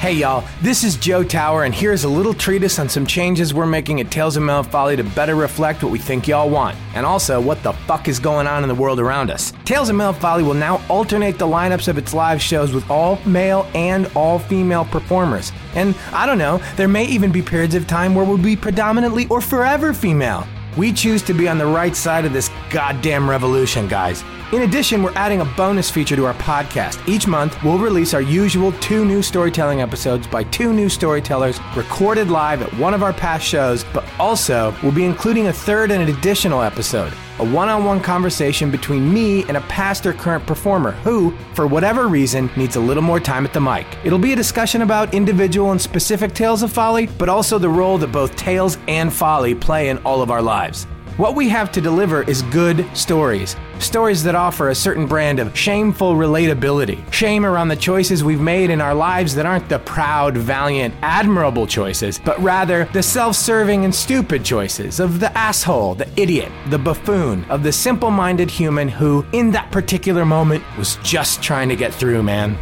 Hey y'all, this is Joe Tower, and here's a little treatise on some changes we're making at Tales of Mount Folly to better reflect what we think y'all want, and also what the fuck is going on in the world around us. Tales of Mount Folly will now alternate the lineups of its live shows with all male and all female performers. And I don't know, there may even be periods of time where we'll be predominantly or forever female. We choose to be on the right side of this goddamn revolution, guys. In addition, we're adding a bonus feature to our podcast. Each month, we'll release our usual two new storytelling episodes by two new storytellers recorded live at one of our past shows, but also we'll be including a third and an additional episode a one on one conversation between me and a past or current performer who, for whatever reason, needs a little more time at the mic. It'll be a discussion about individual and specific tales of folly, but also the role that both tales and folly play in all of our lives. What we have to deliver is good stories. Stories that offer a certain brand of shameful relatability. Shame around the choices we've made in our lives that aren't the proud, valiant, admirable choices, but rather the self serving and stupid choices of the asshole, the idiot, the buffoon, of the simple minded human who, in that particular moment, was just trying to get through, man.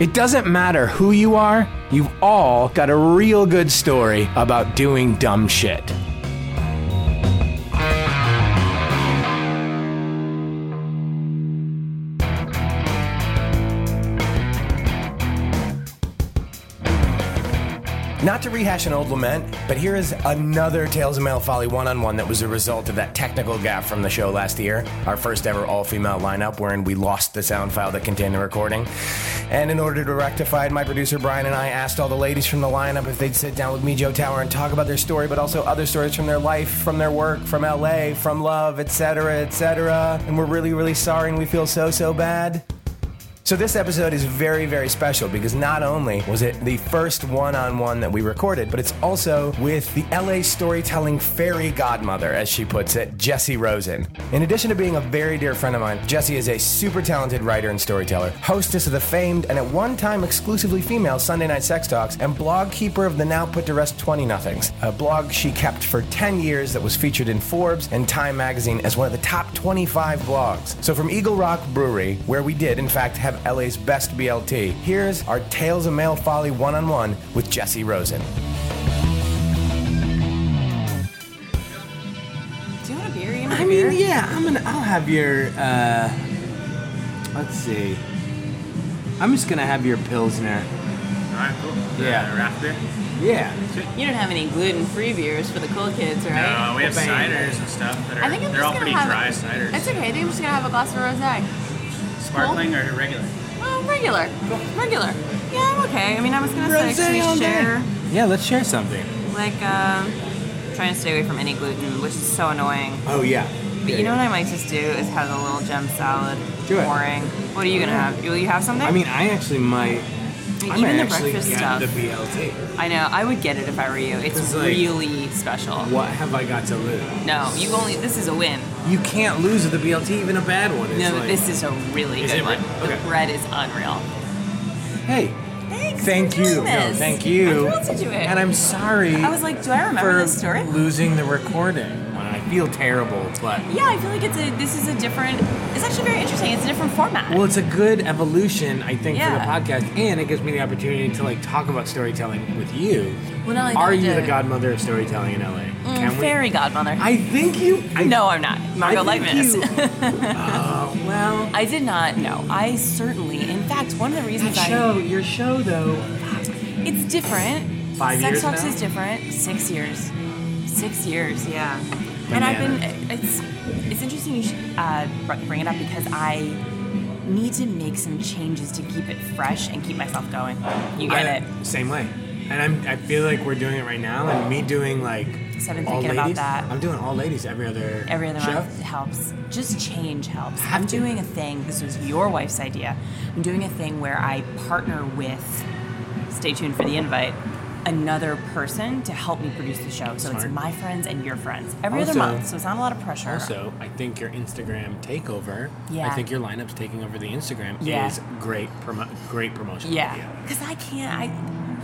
It doesn't matter who you are, you've all got a real good story about doing dumb shit. Not to rehash an old lament, but here is another Tales of Male Folly one on one that was a result of that technical gap from the show last year, our first ever all female lineup wherein we lost the sound file that contained the recording. And in order to rectify it, my producer Brian and I asked all the ladies from the lineup if they'd sit down with me, Joe Tower, and talk about their story, but also other stories from their life, from their work, from LA, from love, etc., etc. And we're really, really sorry and we feel so, so bad. So, this episode is very, very special because not only was it the first one on one that we recorded, but it's also with the LA storytelling fairy godmother, as she puts it, Jessie Rosen. In addition to being a very dear friend of mine, Jessie is a super talented writer and storyteller, hostess of the famed and at one time exclusively female Sunday Night Sex Talks, and blog keeper of the now put to rest 20 Nothings, a blog she kept for 10 years that was featured in Forbes and Time magazine as one of the top 25 blogs. So, from Eagle Rock Brewery, where we did, in fact, have LA's best BLT. Here's our Tales of Male Folly one on one with Jesse Rosen. Do you want a beer? You want I a beer? mean, yeah, I'm gonna. I'll have your. uh Let's see. I'm just gonna have your pilsner. Alright, cool. Yeah. Uh, Raft beer? Yeah. You don't have any gluten-free beers for the cool kids, right? No, we have ciders and stuff that are, I think I'm they're just all gonna pretty have dry ciders. It's okay. I think I'm just gonna have a glass of rosé. Sparkling or regular? Oh, regular, regular. Yeah, I'm okay. I mean, I was gonna say should we share, Yeah, let's share something. like, um, trying to stay away from any gluten, which is so annoying. Oh yeah. But you know what I might just do is have a little gem salad. Do it. Boring. What are you gonna have? Will you have something? I mean, I actually might. I even might the actually breakfast get stuff. The BLT. I know. I would get it if I were you. It's It's like- really special. What have I got to lose? No, you only. This is a win. You can't lose with the BLT, even a bad one. It's No, like, this is a really Is good it one. re- okay. The bread is unreal. Hey. Thanks. Thank for doing you. No, this. thank you. I'm thrilled to do it. And I'm sorry. I was like, do I remember for this story? losing the recording. I feel terrible, but Yeah, I feel like it's a. This is a different. It's actually very interesting. It's a different format. well, it's a good evolution, I think, Yeah. for the podcast, and it gives me the opportunity to like talk about storytelling with you. Well, not only Are that, Mm, you uh, the godmother of storytelling in LA? Can we? fairy godmother. I think you. I, no, I'm not. Margot I think Lightman is. you- Oh, well, I did not know. I certainly, in fact, one of the reasons I show, your show though. It's different. Five Sex years Talks now? is different. Six years. Six years, yeah. And I've Banana. been. It's it's interesting you should uh, br- bring it up because I need to make some changes to keep it fresh and keep myself going. You get it. I- Same way. And I'm, I feel like we're doing it right now, and me doing like So I've been all thinking ladies. about that. I'm doing all ladies every other Every other show. month helps. Just change helps. Have I'm to. doing a thing. This was your wife's idea. I'm doing a thing where I partner with. Stay tuned for the invite. Another person to help me produce the show. So Smart. it's my friends and your friends every other Also- month. So it's not a lot of pressure. Also, I think your Instagram takeover. I Yeah. think your lineups taking over the Instagram Yeah. is great. Promo- great promotion. Yeah, because I can't. I,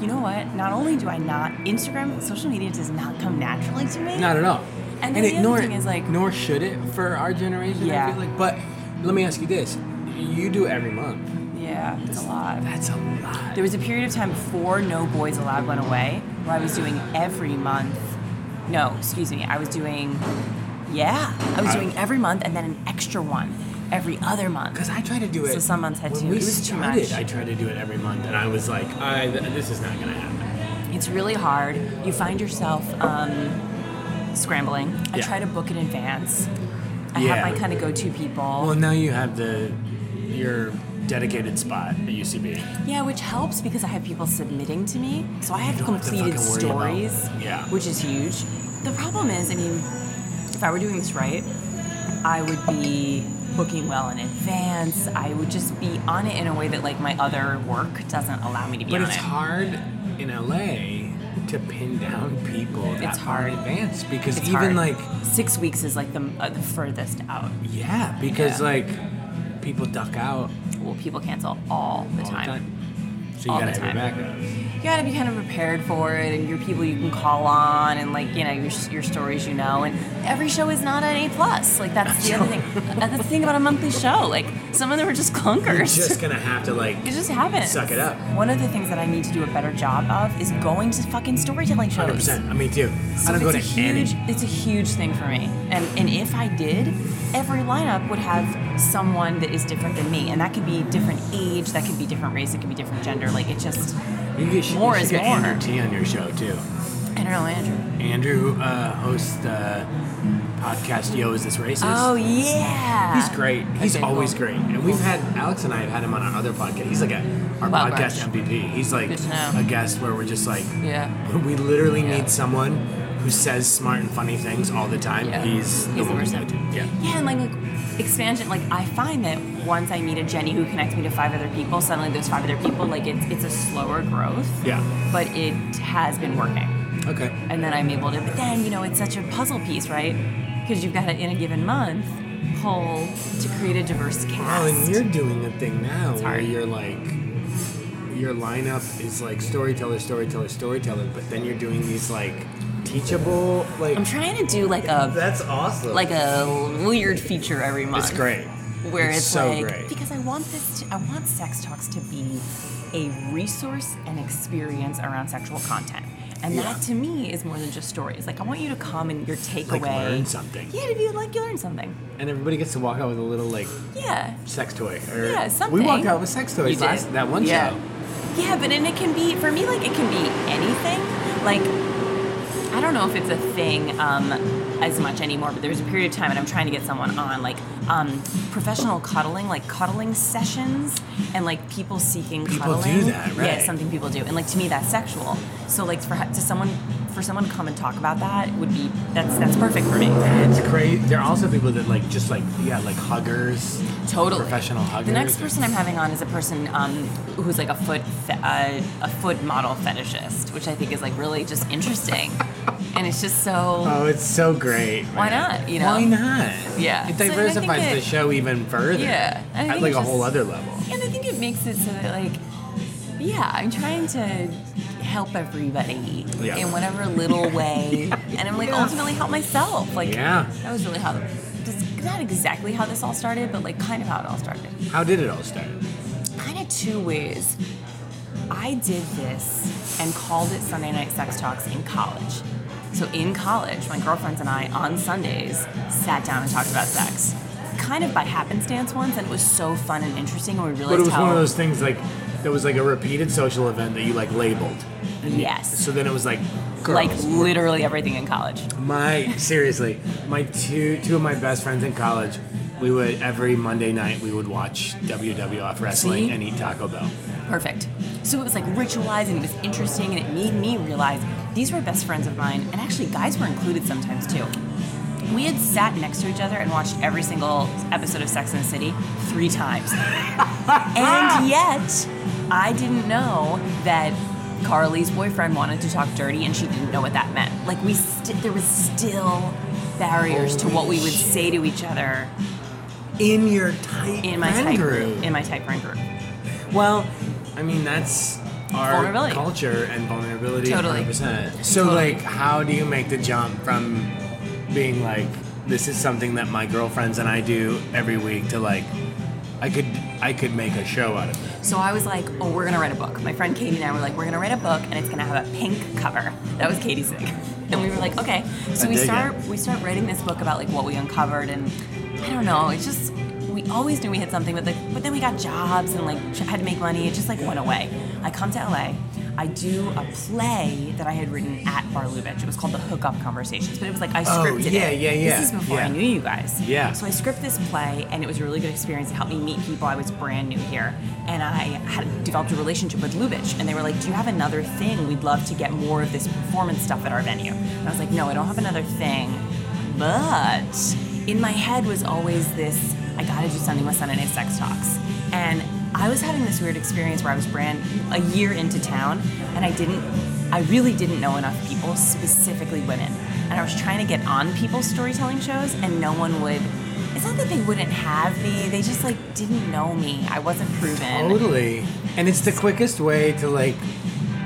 you know what? Not only do I not Instagram, social media does not come naturally to me. Not at all. And then the other nor, thing is, like- nor should it for our generation. I Yeah. feel like. But let me ask you this: you do every month. Yeah, it's a lot. That's a lot. There was a period of time before No Boys Allowed went away where I was doing every month. No, excuse me. I was doing. Yeah, I was doing every month and then an extra one every other month. Because I try to do it. So some months had when two. We It was too started, much. I tried to do it every month, and I was like, I, th- this is not gonna happen. It's really hard. You find yourself um, scrambling. I Yeah. try to book in advance. I Yeah. have my kind of go-to people. Well, now you have the your dedicated spot at UCB. Yeah, which helps because I have people submitting to me. So I have don't have to completed fucking worry about- stories, Yeah. which is huge. The problem is, I mean, if I were doing this right, I would be booking well in advance. I would just be on it in a way that like my other work doesn't allow me to be But on it's it. hard in LA to pin down people that It's far in hard. advance because It's even hard. like six weeks is like the, uh, the furthest out. yeah, because Yeah. like people duck out Well, people cancel all the all time. the time. So you All gotta the have your time. backup. You gotta be kind of prepared for it, and your people you can call on, and like you know your, your stories you know. And every show is not an A plus. Like that's the other thing. That's the thing about a monthly show. Like some of them are just You're clunkers. just gonna have to like it just happens. suck it up. One of the things that I need to do a better job of is going to fucking storytelling shows. 100%. I mean, too. So I don't go it's to a huge, any. It's a huge thing for me. And and if I did, every lineup would have someone that is different than me, and that could be different age, that could be different race, it could be different gender. Like it just. You get, you More should is get more. Andrew T on your show too. I don't know, Andrew. Andrew uh, hosts uh, podcast Yo Is This Racist? Oh yeah, He's great. He's Okay, cool. always great. And we've had Alex and I have had him on our other podcast. He's like a our Wow, podcast Rush. MVP. He's like Good to know. a guest where we're just like Yeah, we literally Yeah. need someone who says smart and funny things all the time. Yeah. He's, He's the one we person. go to. Yeah. yeah, and like, like expansion. Like I find that once I meet a Jenny who connects me to five other people, suddenly there's five other people. Like it's it's a slower growth. Yeah. but it has been working, Okay. and then I'm able to. But then you know it's such a puzzle piece, right? Because you've got to in a given month pull to create a diverse Oh, cast. and you're doing a thing now where hard. you're like your lineup is like storyteller, storyteller, storyteller, but then you're doing these like teachable like I'm trying to do like a that's awesome. like a weird feature every month. it's great. where It's it's, so like great. because I want this to, I want sex talks to be a resource and experience around sexual content. And Yeah. that to me is more than just stories. Like I want you to come and your takeaway. Like learn something. Yeah, to be like you learn something. And everybody gets to walk out with a little like Yeah. sex toy. Or Yeah, We something. walked out with sex toys You did. last that one Yeah. show. Yeah, but and it can be for me like it can be anything. Like I don't know if it's a thing um, as much anymore, but there was a period of time, and I'm trying to get someone on like um, professional cuddling, like cuddling sessions, and like people seeking People do cuddling. that, right. Yeah, it's something people do, and like to me that's sexual. So like for to someone for someone to come and talk about that would be that's that's perfect for me. It's great. There are also people that like just like yeah, like huggers. Totally. Professional huggers. The next person I'm having on is a person um, who's like a foot fe- uh, a foot model fetishist, which I think is like really just interesting, and it's just so Oh, it's so great. Why man. not, you know? Why not? Yeah. It So I think diversifies it- the show even further. yeah. I At think like it's a whole just- other level. And I think it makes it so that like, yeah, I'm trying to help everybody Yeah. in whatever little way, and I'm like ultimately help myself. Like Yeah. that was really how. Just not exactly how this all started, but like kind of how it all started. How did it all start? kind of two ways. I did this and called it Sunday Night Sex Talks in college. So in college, my girlfriends and I on Sundays sat down and talked about sex. kind of by happenstance once, and it was so fun and interesting, and we realized But it was how. one of those things like that was like a repeated social event that you like labeled. yes. So then it was like Like literally everything in college. My seriously, my two two of my best friends in college, we would every Monday night we would watch WWF wrestling See? and eat Taco Bell. Perfect. So it was like ritualized and it was interesting and it made me realize these were best friends of mine and actually guys were included sometimes too. We had sat next to each other and watched every single episode of Sex and the City three times. and yet, I didn't know that Carly's boyfriend wanted to talk dirty and she didn't know what that meant. Like we st- there was still barriers to what we would say to each other In your tight in my type in my type friend group. well, I mean that's our Vulnerability. culture and vulnerability. Totally. 100%. So Totally. like, how do you make the jump from being like this is something that my girlfriends and I do every week to like I could I could make a show out of this. So I was like, oh, we're gonna write a book. My friend Katie and I were like, we're gonna write a book and it's gonna have a pink cover. That was Katie's thing. And we were like, okay. So I we dig start it. we start writing this book about like what we uncovered and I don't know, it's just we always knew we had something, but like but then we got jobs and like had to make money. It just like went away. I come to LA. I do a play that I had written at Bar Lubitsch. It was called The Hookup Conversations, but it was like I scripted Oh, yeah, it. yeah, yeah, This is before I yeah. knew you guys. Yeah. So I script this play, and it was a really good experience. It helped me meet people. I was brand new here, and I had developed a relationship with Lubitsch, and they were like, "Do you have another thing? We'd love to get more of this performance stuff at our venue." And I was like, "No, I don't have another thing," but in my head was always this: I gotta do something with Sunday Night Sex Talks, and I was having this weird experience where I was brand a year into town, and I didn't I really didn't know enough people, specifically women. And I was trying to get on people's storytelling shows, and no one would. It's not that they wouldn't have me, they just like didn't know me. I wasn't proven. Totally. And it's the quickest way to like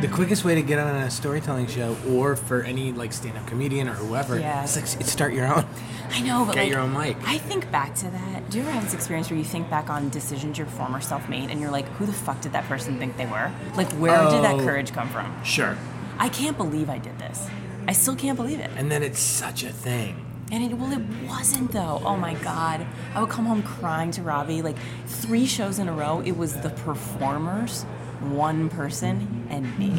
the quickest way to get on a storytelling show or for any like stand-up comedian or whoever. Yeah. It's like it's start your own. I know, but Get like, your own mic. I think back to that. Do you ever have this experience where you think back on decisions your former self made, and you're like, who the fuck did that person think they were? Like, where did that Oh. courage come from? Sure. I can't believe I did this. I still can't believe it. And then it's such a thing. And it well, it wasn't though. Oh my god, I would come home crying to Robbie. Like three shows in a row, it was the performers, one person, and me.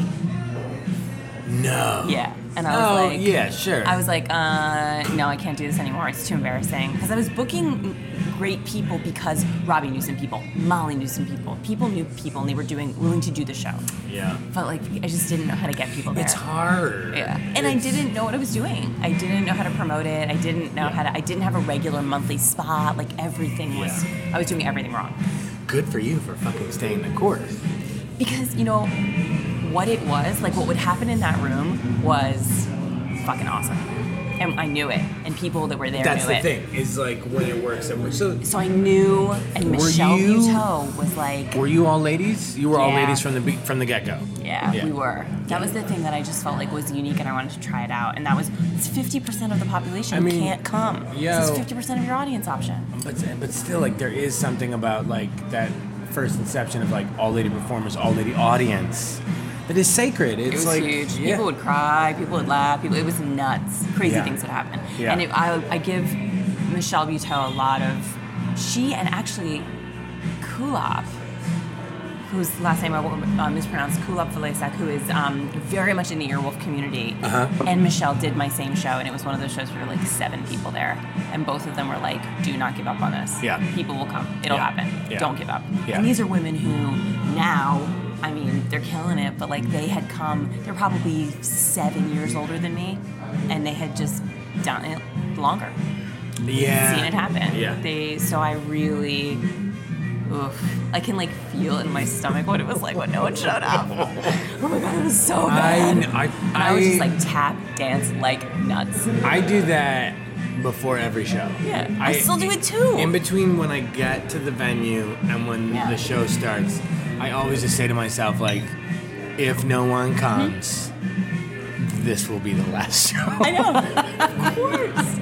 No. Yeah, and I was Oh, like, yeah, sure. I was like, uh, no, I can't do this anymore. It's too embarrassing. Because I was booking great people because Robbie knew some people, Molly knew some people, people knew people, and they were doing willing to do the show. Yeah. But like, I just didn't know how to get people there. It's hard. Yeah. And I didn't know what I was doing. I didn't know how to promote it. I didn't know how to I didn't have a regular monthly spot. Like everything was I was doing everything wrong. Good for you for fucking staying the course. Because, you know, what it was, like what would happen in that room was fucking awesome. And I knew it. And people that were there That's knew the it. thing. Is like when it works, it works. So So I knew and Were Michelle you- Buteau was like were you all ladies? You were all Yeah. ladies from the be- from the get-go. Yeah, Yeah. we were. That was the thing that I just felt like was unique, and I wanted to try it out. And that was it's fifty percent of the population I mean, can't come. yo. so it's fifty percent of your audience option. But but still, like there is something about like that first inception of like all lady performers, all lady audience. That is sacred. It's It was like huge. yeah. People would cry. People would laugh. People. It was nuts. Crazy Yeah. things would happen. Yeah. And it, I, I give Michelle Buteau a lot of. She and actually, Kulop, whose last name I will uh, mispronounce, Kulop Velesak, who is um, very much in the Earwolf community. Uh-huh. And Michelle did my same show, and it was one of those shows where like seven people there, and both of them were like, "Do not give up on this. Yeah. People will come. It'll Yeah. happen. Yeah. Don't give up." Yeah. And these are women who now, I mean, they're killing it, but like they had come, they're probably seven years older than me, and they had just done it longer, yeah. seen it happen. Yeah. They, so I really, oof, I can like feel in my stomach what it was like when no one showed up. oh my god, it was so I, bad. kn- I, And I, I was just like tap dance like nuts. I do that before every show. Yeah, I still do it too. In between when I get to the venue and when Yeah. the show starts, I always just say to myself like, if no one Mm-hmm. comes, this will be the last show. I know, of course.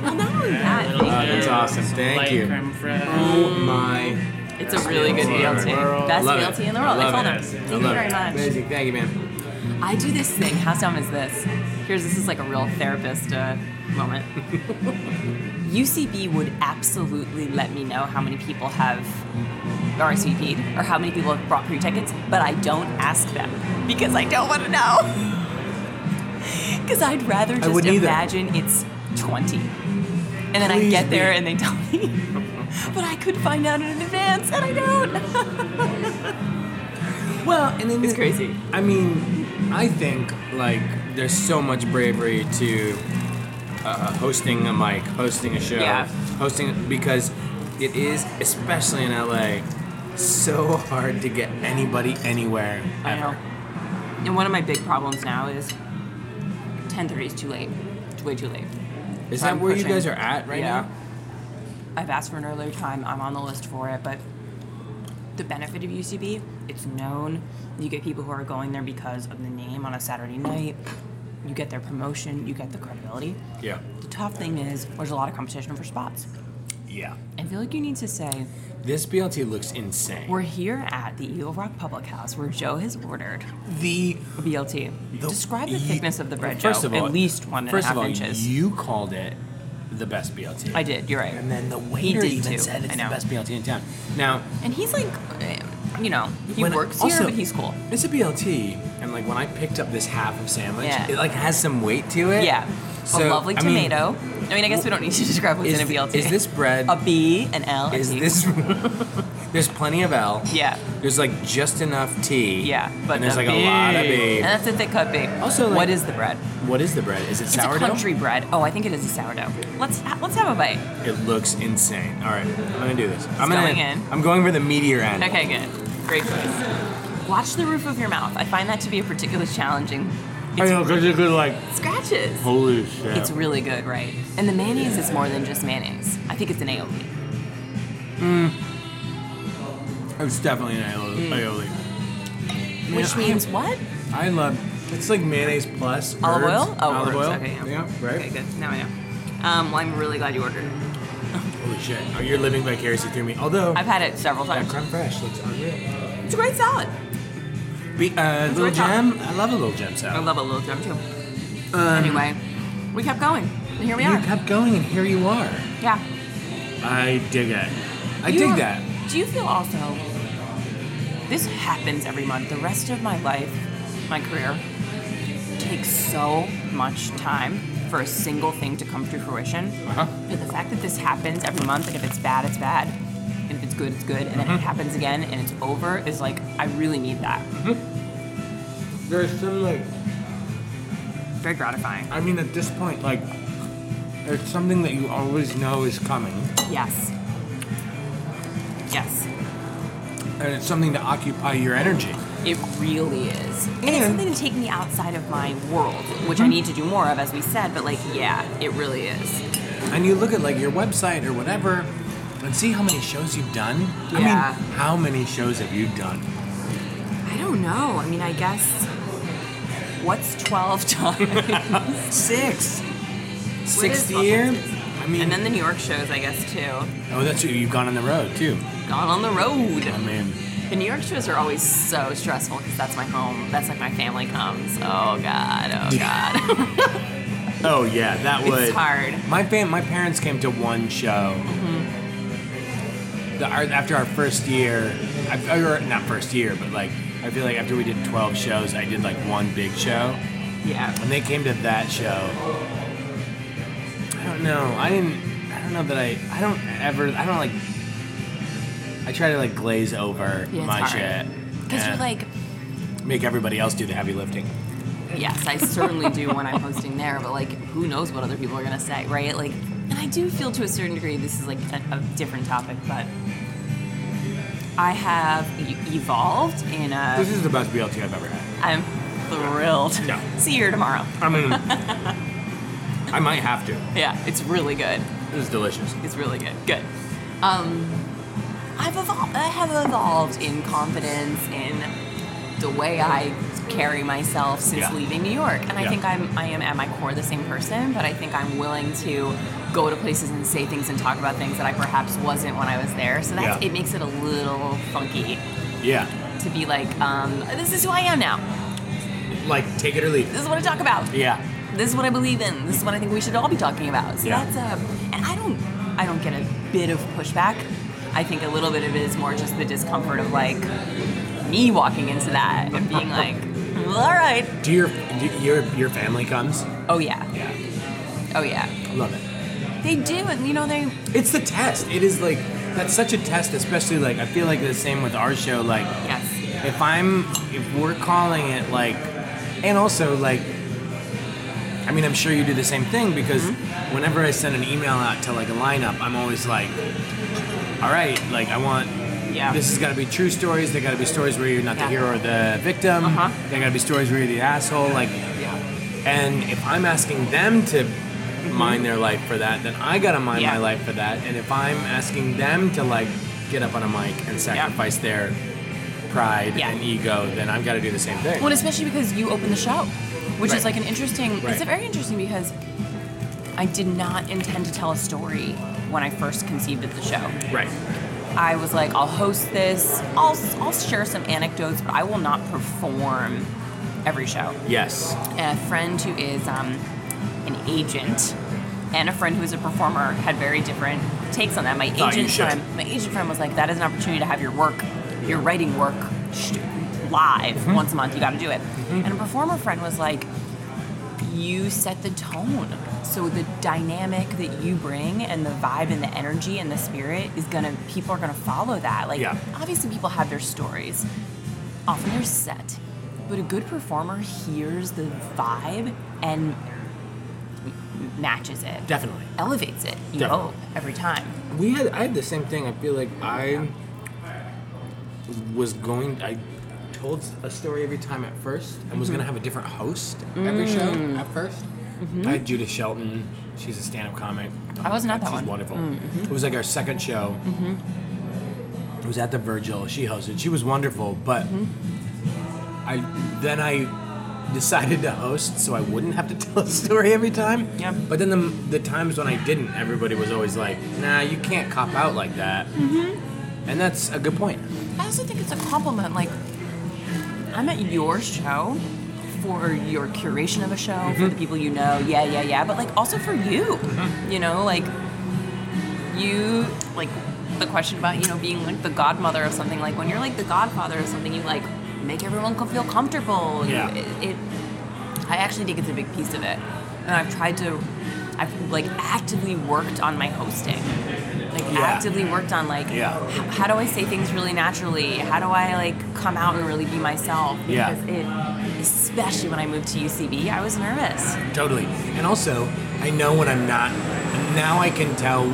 Well, not only that, Little Oh thank you. That's awesome. Thank Light you. creme fraiche. Oh my. It's a really good Lord. BLT. Best Love it. BLT in the world. I I love told it. him. I Thank you love very it. much. Amazing. Thank you, man. I do this thing. How dumb is this? Here's this is like a real therapist uh, moment. UCB would absolutely let me know how many people have RSVP'd or how many people have brought pre tickets, but I don't ask them because I don't want to know. Because I'd rather just wouldn't either. imagine it's 20. And then I Please get there be. and they tell me. but I could find out in advance and I don't. Well, and then It's crazy. I mean, I think like there's so much bravery to uh, hosting a mic, hosting a show, Yeah. hosting because it is, especially in LA, so hard to get anybody anywhere I know. ever. And one of my big problems now is 10:30 is too late. It's way too late. Is So that I'm where pushing- you guys are at right yeah. now? I've asked for an earlier time. I'm on the list for it, but the benefit of UCB, it's known. You get people who are going there because of the name on a Saturday night. You get their promotion. You get the credibility. Yeah. The tough thing is there's a lot of competition for spots. Yeah. I feel like you need to say This BLT looks insane. we're here at the Eagle Rock Public House where Joe has ordered the a BLT. Describe the ye- thickness of the bread, First Joe. of all, at least one and a first half of all, inches. You called it the best BLT. I did. You're right. And then the He waiter did even too, said I it's the know. best BLT in town. Now, And he's like, eh, you know, he when- works also, here, but he's cool. It's a BLT, and like when I picked up this half of sandwich, Yeah. it like has some weight to it. Yeah. So, a lovely I mean, tomato. I mean, I guess we don't need to describe what's Is- in a BLT. is this bread- A B, an L, a is T. this? there's plenty of L. Yeah. There's like just enough T. Yeah, but and there's the like a lot of B. B. And that's a thick cut B. Also, like- what is the bread? What is the bread? Is it It's sourdough? a country bread. Oh, I think it is a sourdough. Let's ha- let's have a bite. It looks insane. All right, I'm gonna do this. I'm gonna. going in. I'm going for the meteor end. Okay, good. Great choice. Watch the roof of your mouth. I find that to be a particularly challenging. I know, because you could like, It scratches. holy shit. It's really good, right? And the mayonnaise is more than just mayonnaise. I think it's an aioli. It's definitely an aioli. Mm. aioli. Which means what? I love. It's like mayonnaise plus Olive herbs. oil? Oh, olive herbs. oil. Okay, yeah. right. Okay, good. Now I know. Um, well, I'm really glad you ordered it. Holy shit! Oh, you're living vicariously through me. Although I've had it several that times. creme fraiche looks unreal. It's a great salad. Be, uh, little worth it. gem. I love a little gem I salad. love a little jam too. anyway, we kept going. And here we Um, You are. kept going, and here you are. yeah. I dig it. I You dig are- that. Do you feel also this happens every month? The rest of my life, my career, takes so much time for a single thing to come to fruition. Uh-huh. But the fact that this happens every month, and if it's bad, it's bad. And if it's good, it's good. And then it happens again and it's over is like, I really need that. There's some like. Very gratifying. I mean, at this point, like, there's something that you always know is coming, Yes. Yes. and it's something to occupy your energy. It really is. And, it's And- something to take me outside of my world, which I need to do more of, as we said, but like, yeah, it really is. and you look at like your website or whatever and see how many shows you've done. I Yeah. mean, how many shows have you done? I don't know. I mean, I guess what's 12 times? Six. is Sixth Buffalo year? Six? I mean, and then the New York shows, I guess, too. oh, that's true. You've gone on the road too. Gone on the road. I mean, The New York shows are always so stressful because that's my home. That's like my family comes. Oh, God. Oh, God. oh yeah, that was it's hard. My fam- my parents came to one show. Mm-hmm. The, our, after our first year, I, or not first year, but like I feel like after we did twelve shows, I did like one big show. Yeah. when they came to that show i don't know i didn't i don't know that i i don't ever i don't like i try to like glaze over Yeah, it's my hard. shit Because you're and like, make everybody else do the heavy lifting Yes, I certainly do when I'm hosting there, but like, who knows what other people are gonna say, right? Like, and I do feel to a certain degree this is like a, a different topic, but I have e- evolved in this a. is the best blt i've ever had I'm thrilled. Yeah. See you here tomorrow. i mean i might have to Yeah, it's really good. this is delicious It's really good. Good. Um, I've evolved. I have evolved in confidence in the way I carry myself since Yeah. leaving New York, and I Yeah. think I'm I am at my core the same person, but I think I'm willing to go to places and say things and talk about things that I perhaps wasn't when I was there. So that's Yeah. it makes it a little funky yeah to be like, um, this is who I am now. like take it or leave it This is what I talk about yeah this is what I believe in. This is what I think we should all be talking about. So Yeah. that's a, and I don't I don't get a bit of pushback. I think a little bit of it is more just the discomfort of like me walking into that and being like, well, all right. Do your do your your family comes? Oh yeah. Yeah, Oh yeah. I love it. They do, and you know they It's the test. It is like that's such a test, especially like I feel like the same with our show. Like yes. if I'm if we're calling it like, and also like, I mean I'm sure you do the same thing because whenever I send an email out to like a lineup, I'm always like, all right, like I want Yeah. This has got to be true stories. They got to be stories where you're not the Yeah. hero or the victim. Uh-huh. They got to be stories where you're the asshole. Like, yeah. Mm-hmm. and if I'm asking them to mind their life for that, then I got to mind Yeah. my life for that. And if I'm asking them to like get up on a mic and sacrifice their pride Yeah. and ego, then I've got to do the same thing. Well, and especially because you open the show, which Right. is like an interesting. It's Right. very interesting because I did not intend to tell a story when I first conceived of the show. right. I was like, I'll host this. I'll I'll share some anecdotes, but I will not perform every show. Yes. a friend who is um, an agent and a friend who is a performer had very different takes on that. My Thought you agent should. friend, my agent friend was like, "That is an opportunity to have your work, your writing work, sh- live Mm-hmm. once a month. You got to do it." And a performer friend was like, "You set the tone." So the dynamic that you bring and the vibe and the energy and the spirit is gonna people are gonna follow that. Like Yeah. obviously people have their stories, often they're set but a good performer hears the vibe and m- matches it Definitely. elevates it you Definitely. hope every time we had I had the same thing. I feel like I was going. I told a story every time at first, and was going to have a different host every show at 1st I had Judith Shelton. She's a stand-up comic. I wasn't at that She's one. Mm-hmm. wonderful. It was like our second show. It was at the Virgil. She hosted. She was wonderful, but Mm-hmm. I then I decided to host so I wouldn't have to tell a story every time. Yeah. But then the, the times when I didn't, everybody was always like, "Nah, you can't cop out like that." Mm-hmm. And that's a good point. i also think it's a compliment like i'm at your show for your curation of a show for Mm-hmm. the people you know yeah yeah yeah but like also for you you know like you like the question about you know being like the godmother of something like when you're like the godfather of something you like make everyone co- feel comfortable You- Yeah. it, it i actually think it's a big piece of it and i've tried to i've like actively worked on my hosting like Yeah. actively worked on like Yeah. h- how do i say things really naturally how do i like come out and really be myself Yeah. because it especially when i moved to ucb i was nervous Totally. And also, I know when I'm not. Now I can tell.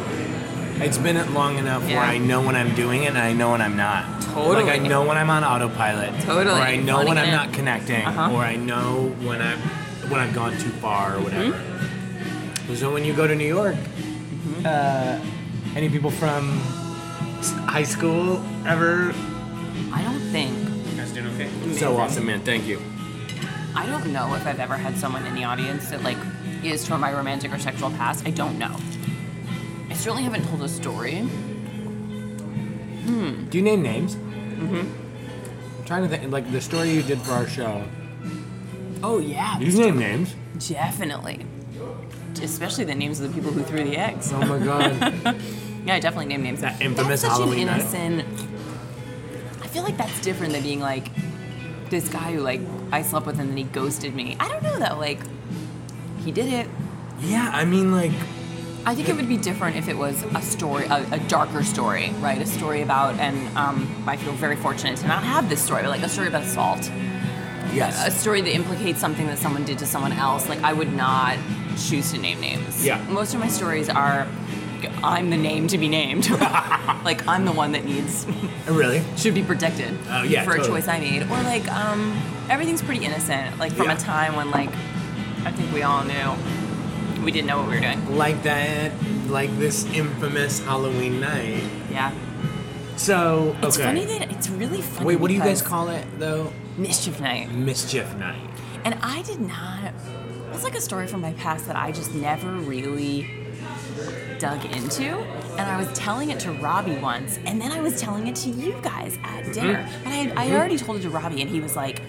It's been long enough where Yeah. I know when I'm doing it and I know when I'm not. Totally. Like I know when I'm on autopilot. Totally. Or I know Running when I'm it. not connecting. Uh-huh. Or I know when I've when I've gone too far or whatever. Mm-hmm. So when you go to New York, uh, any people from s- high school ever? i don't think You guys doing okay? So awesome, man. Thank you. I don't know if I've ever had someone in the audience that like is from my romantic or sexual past. I don't know. I certainly haven't told a story. Do you name names? Mm-hmm. I'm trying to think. Like the story you did for our show. Oh yeah, You name names. definitely. Especially the names of the people who threw the eggs. Oh my god. Yeah, I definitely name names. That infamous that's such Halloween an night. innocent. I feel like that's different than being like this guy who like I slept with and then he ghosted me. I don't know though. Like he did it. yeah, I mean like I think it would be different if it was a story, a, a darker story, right? A story about, and um, I feel very fortunate to not have this story, but like a story about assault, a yes. story that implicates something that someone did to someone else. Like I would not choose to name names. Yeah. Most of my stories are, I'm the name to be named. like I'm the one that needs really? should be protected Oh, yeah, for totally. a choice I made, or like um, everything's pretty innocent, like from Yeah. a time when like I think we all knew we didn't know what we were doing. Like that like this infamous Halloween night. Yeah. So okay. It's funny that it's really funny. Wait, what do you guys because call it though? mischief night? Mischief night. And I did not. It's like a story from my past that I just never really dug into. And I was telling it to Robbie once, and then I was telling it to you guys at dinner. But I, had, I had already told it to Robbie, and he was like,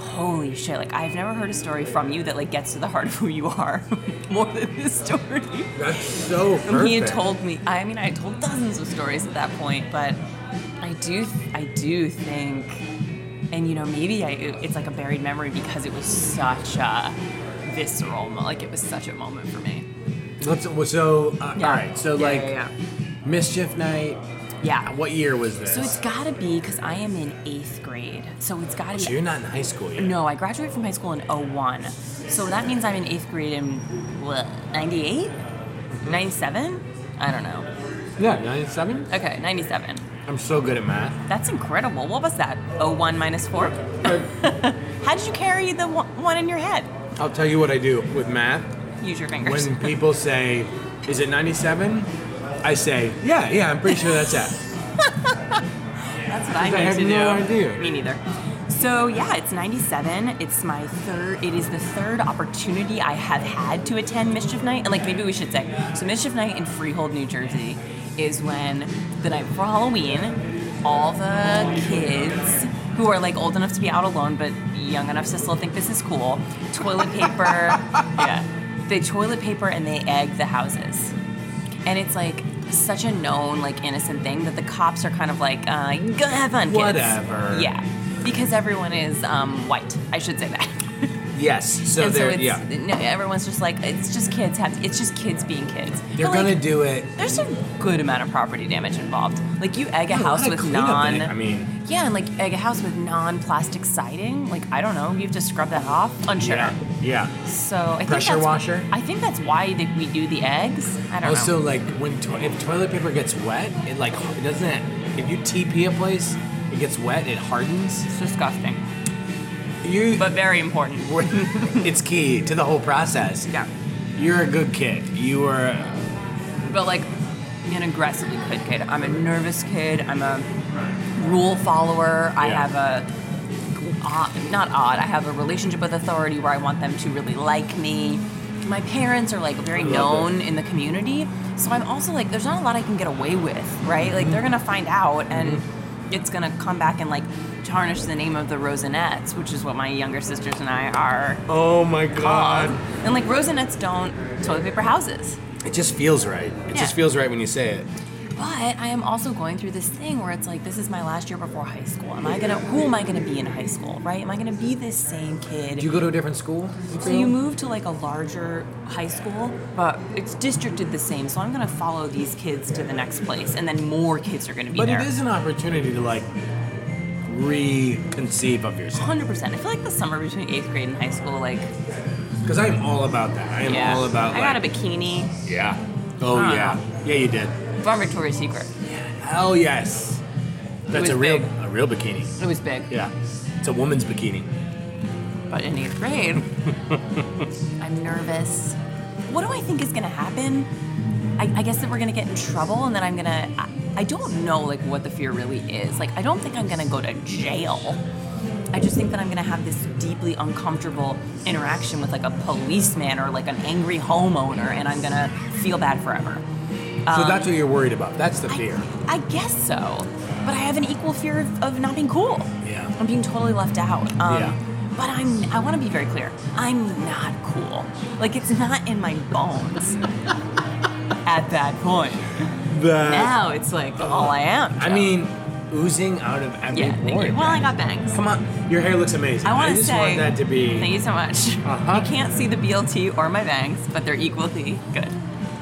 holy shit, like I've never heard a story from you that like gets to the heart of who you are more than this story. That's so perfect. And he had told me. I mean, I had told dozens of stories at that point, but I do, I do think, and you know, maybe I, it's like a buried memory because it was such a visceral, mo- like it was such a moment for me. Let's, well, so, uh, Yeah. all right. So, Yeah, like, yeah, Mischief Night. Yeah. What year was this? So it's gotta be because I am in eighth grade. So it's gotta be. So you're not in high school yet. No, I graduated from high school in 01. So that means I'm in eighth grade in what, 98? Mm-hmm. 97? I don't know. Yeah, 97? Okay, 97. I'm so good at math. That's incredible. What was that? 01 minus 4? How did you carry the one one in your head? I'll tell you what I do with math. Use your fingers. When people say, is it 97? I say, yeah, yeah, I'm pretty sure that's it. That's what I I need had to do. no idea. Me neither. So yeah, it's 97. It's my third. It is the third opportunity I have had to attend Mischief Night, and like maybe we should say so. Mischief Night in Freehold, New Jersey, is when the night before Halloween, all the kids who are like old enough to be out alone but young enough to still think this is cool, toilet paper. yeah, they toilet paper and they egg the houses and it's like such a known like innocent thing that the cops are kind of like uh, go have fun kids Whatever. yeah because everyone is um, white i should say that Yes. So, and so there, it's yeah. no, everyone's just like it's just kids have it's just kids being kids They're But, like, gonna do it. there's a good amount of property damage involved like you egg a Yeah, a house lot of with cleanup in non it, I mean. yeah and like egg a house with non-plastic siding like i don't know you have to scrub that off unsure Yeah. Yeah. so i think Pressure that's, washer? i think that's why they, we do the eggs i don't know Also, like when to- if toilet paper gets wet, it like it doesn't. It, if you TP a place, it gets wet. It hardens. it's disgusting You, but very important it's key to the whole process. Yeah. You're a good kid. You were. But like an aggressively good kid. I'm a nervous kid. I'm a rule follower. I Yeah. have a odd, not odd. I have a relationship with authority where I want them to really like me. My parents are like very known in the community, so I'm also like there's not a lot I can get away with, right? Mm-hmm. Like they're gonna find out and it's gonna come back and like tarnish the name of the Rosenettes, which is what my younger sisters and I are. Oh my of. And like Rosenettes don't toilet paper houses. It just feels right. It Yeah. just feels right when you say it. But I am also going through this thing where it's like, this is my last year before high school. Am I gonna? Who am I gonna be in high school? Right? Am I gonna be this same kid? Do you go to a different school? so you move to like a larger high school, but it's districted the same. So I'm gonna follow these kids to the next place, and then more kids are gonna be But there. it is an opportunity to like reconceive of yourself. Hundred percent. I feel like the summer between eighth grade and high school, like Because I am all about that. I am yeah, all about. I got a like- bikini Yeah. Oh Huh. yeah. Yeah, you did. from Victoria's Secret. Hell yes. That's was a real big. a real bikini. It was big. Yeah. It's a woman's bikini. but in eighth grade. I'm nervous. What do I think is gonna happen? I, I guess that we're gonna get in trouble, and then I'm gonna. I, I don't know like what the fear really is. Like I don't think I'm gonna go to jail. I just think that I'm gonna have this deeply uncomfortable interaction with like a policeman or like an angry homeowner, and I'm gonna feel bad forever. so that's what you're worried about. That's the fear. Um, I, I guess so, but I have an equal fear of, of not being cool. Yeah. I'm being totally left out. Um, Yeah. But I'm. I want to be very clear. I'm not cool. Like it's not in my bones. at that point, now it's like all I am. Uh, I Joe. mean, oozing out of every yeah. thank pore. you. Well, I man. got bangs. Come on, your hair looks amazing. I want to just want say that to be. Thank you so much. Uh-huh. You can't see the BLT or my bangs, but they're equally good.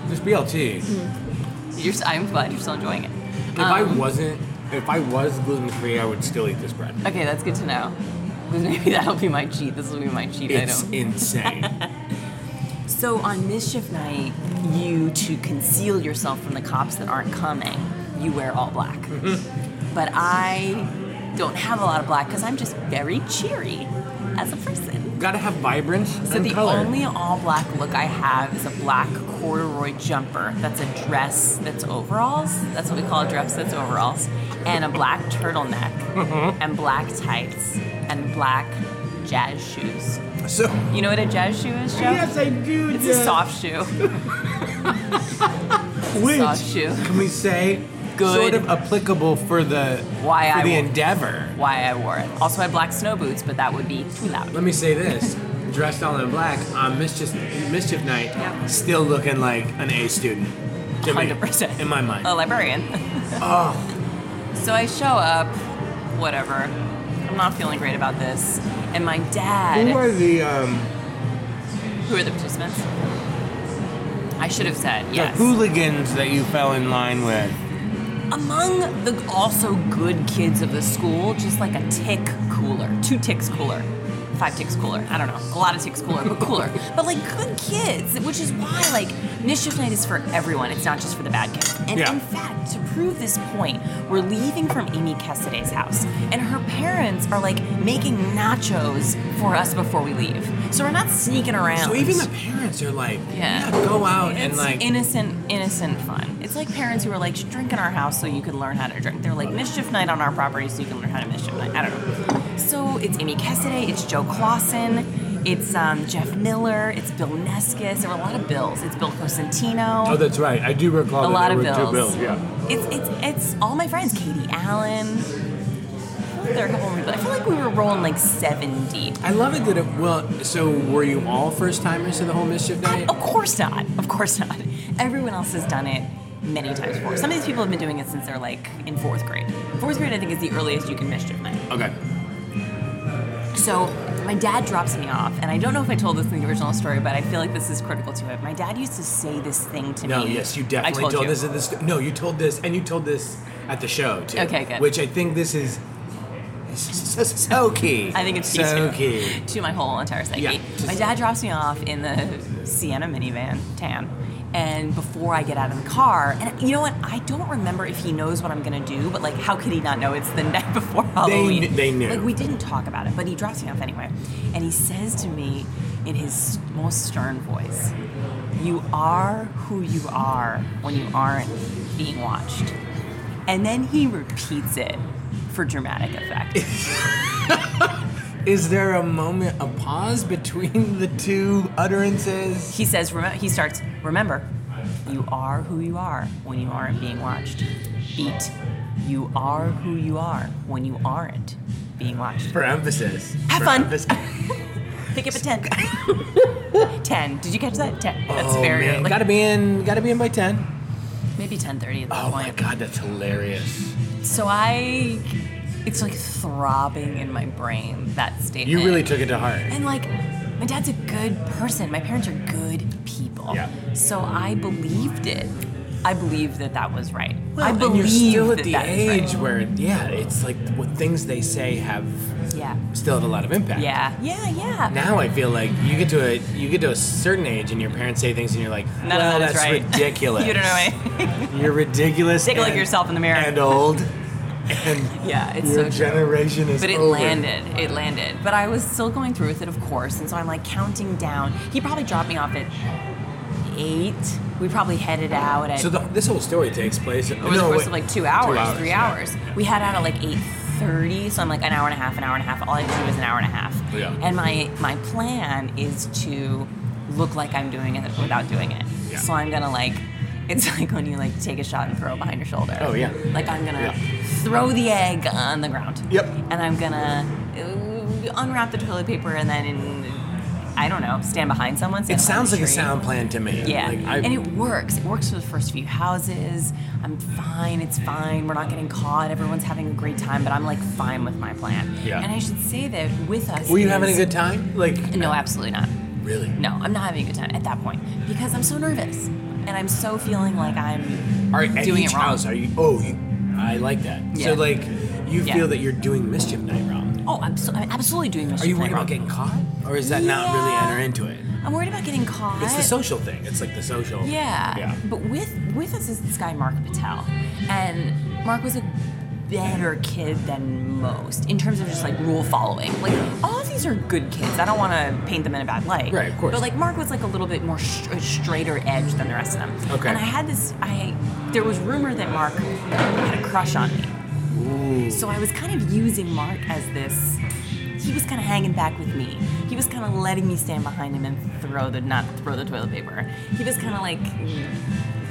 Just BLT. You're, s- I'm glad you're still enjoying it. If I Um, wasn't, if I was gluten free, I would still eat this bread. Okay, that's good to know. Because maybe that'll be my cheat. This will be my cheat It's item. insane. So on mischief night, you to conceal yourself from the cops that aren't coming, you wear all black. Mm-hmm. But I don't have a lot of black because I'm just very cheery as a person. Gotta have vibrance So and the color. only all black look I have is a black corduroy jumper. That's a dress that's overalls. That's what we call a dress that's overalls. And a black turtleneck Mm-hmm. and black tights and black jazz shoes. so You know what a jazz shoe is, Joe? yes, I do. It's a Jeff. soft shoe. Which, soft shoe. Can we say good sort of applicable for the Why for I the will- endeavor. why I wore it. Also, I had black snow boots, but that would be too loud. Let me say this: dressed all in black on mischief mischief night, Yeah. still looking like an A student. to me, 100%. in my mind. Ah. A librarian. So I show up, whatever. I'm not feeling great about this. And my dad. Who are the um, Who are the participants? I should have said the yes. hooligans that you fell in line with? Among the also good kids of the school, just like a tick cooler, two ticks cooler, five ticks cooler. I don't know, a lot of ticks cooler, but cooler. but like good kids, which is why like mischief night is for everyone. It's not just for the bad kids. And Yeah. in fact, to prove this point, we're leaving from Amy Cassaday's house, and her parents are like making nachos for us before we leave. So we're not sneaking around. So even the parents are like, Yeah. go out It's and like. innocent, innocent fun. It's like parents who are like, drink in our house so you can learn how to drink. They're like, mischief night on our property so you can learn how to mischief night. I don't know. So it's Amy Cassidy, it's Joe Clausen, it's um, Jeff Miller, it's Bill Neskis. There were a lot of Bills. It's Bill Cosentino. oh, that's right. I do recall a that lot there of were Bills. two bills. Yeah. It's it's it's all my friends. Katie Allen. I feel like There are a couple more, but I feel like we were rolling like seven deep. I love it that it. Well, so were you all first timers to the whole mischief night? Of course not. Of course not. Everyone else has done it many times before. Some of these people have been doing it since they're like in fourth grade. Fourth grade, I think, is the earliest you can mischief night. Okay. So my dad drops me off, and I don't know if I told this in the original story, but I feel like this is critical to it. My dad used to say this thing to No, me. yes, you I definitely told, told you. this at this. No, you told this, and you told this at the show too. Okay, good. Which I think this is. So, so key. I think it's so easier key. to my whole entire psyche. Yeah. My dad drops me off in the Sienna minivan, tan, and before I get out of the car, and you know what? I don't remember if he knows what I'm gonna do, but like, how could he not know it's the night before Halloween? kn- they knew. Like, we didn't talk about it, but he drops me off anyway, and he says to me in his most stern voice, "You are who you are when you aren't being watched," and then he repeats it for dramatic effect. Is there a moment, a pause between the two utterances? He says, rem- he starts, remember, you are who you are when you aren't being watched. Beat, you are who you are when you aren't being watched. For emphasis. Have For fun. emphasis. Pick up a 10. 10. Did you catch that? 10. That's Oh, very, man. like, gotta be in. Gotta be in by ten. maybe 10.30 at that Oh my point. god, that's hilarious. So I, it's like throbbing in my brain, that statement. You really took it to heart. And like, my dad's a good person. My parents are good people. Yeah. So I believed it. I believed that that was right. I and believe you're still at that the that is age where, yeah, it's like what things they say have right. Yeah. still have a lot of impact. Yeah. Yeah. Yeah. Now I feel like you get to a you get to a certain age and your parents say things and you're like, None well, of that is that's right. ridiculous. you don't know anything. You're ridiculous. Take a look at and- yourself in the mirror. And old. And yeah. It's your so true. generation is But it over. landed. It landed. But I was still going through with it, of course. And so I'm like counting down. He probably dropped me off at eight. We probably headed out at So the, this whole story takes place over the no, course wait. of like two hours, hours, three yeah. hours. We had out at like eight thirty, so I'm like an hour and a half, an hour and a half. All I do is an hour and a half. Yeah. And my my plan is to look like I'm doing it without doing it. Yeah. So I'm gonna like. It's like when you like take a shot and throw behind your shoulder. Oh, yeah. Like I'm gonna Yeah. throw the egg on the ground. Yep. And I'm gonna uh, unwrap the toilet paper and then I don't know stand behind someone. It stand behind sounds like a tree. sound plan to me. Yeah, Like, I, and it works. It works for the first few houses. I'm fine. It's fine. We're not getting caught. Everyone's having a great time. But I'm like fine with my plan. Yeah. And I should say that with us. were you having a is- good time? Like No, absolutely not. really? No, I'm not having a good time at that point because I'm so nervous and I'm so feeling like I'm Are, at doing each it wrong. house, are you? Oh, you, I like that. Yeah. So like, you Yeah. feel that you're doing mischief night wrong. Oh, I'm, so, I'm absolutely doing this. Are you worried about getting caught, or is that not really Yeah. enter into it? I'm worried about getting caught. It's the social thing. It's like the social. Yeah. Yeah. But with with us is this guy Mark Patel, and Mark was a better kid than most in terms of just like rule following. Like all of these are good kids. I don't want to paint them in a bad light. Right, of course. But like Mark was like a little bit more sh- a straighter edge than the rest of them. Okay. And I had this. I there was rumor that Mark had a crush on me. So I was kind of using Mark as this. He was kind of hanging back with me. He was kind of letting me stand behind him and throw the not throw the toilet paper. He was kind of like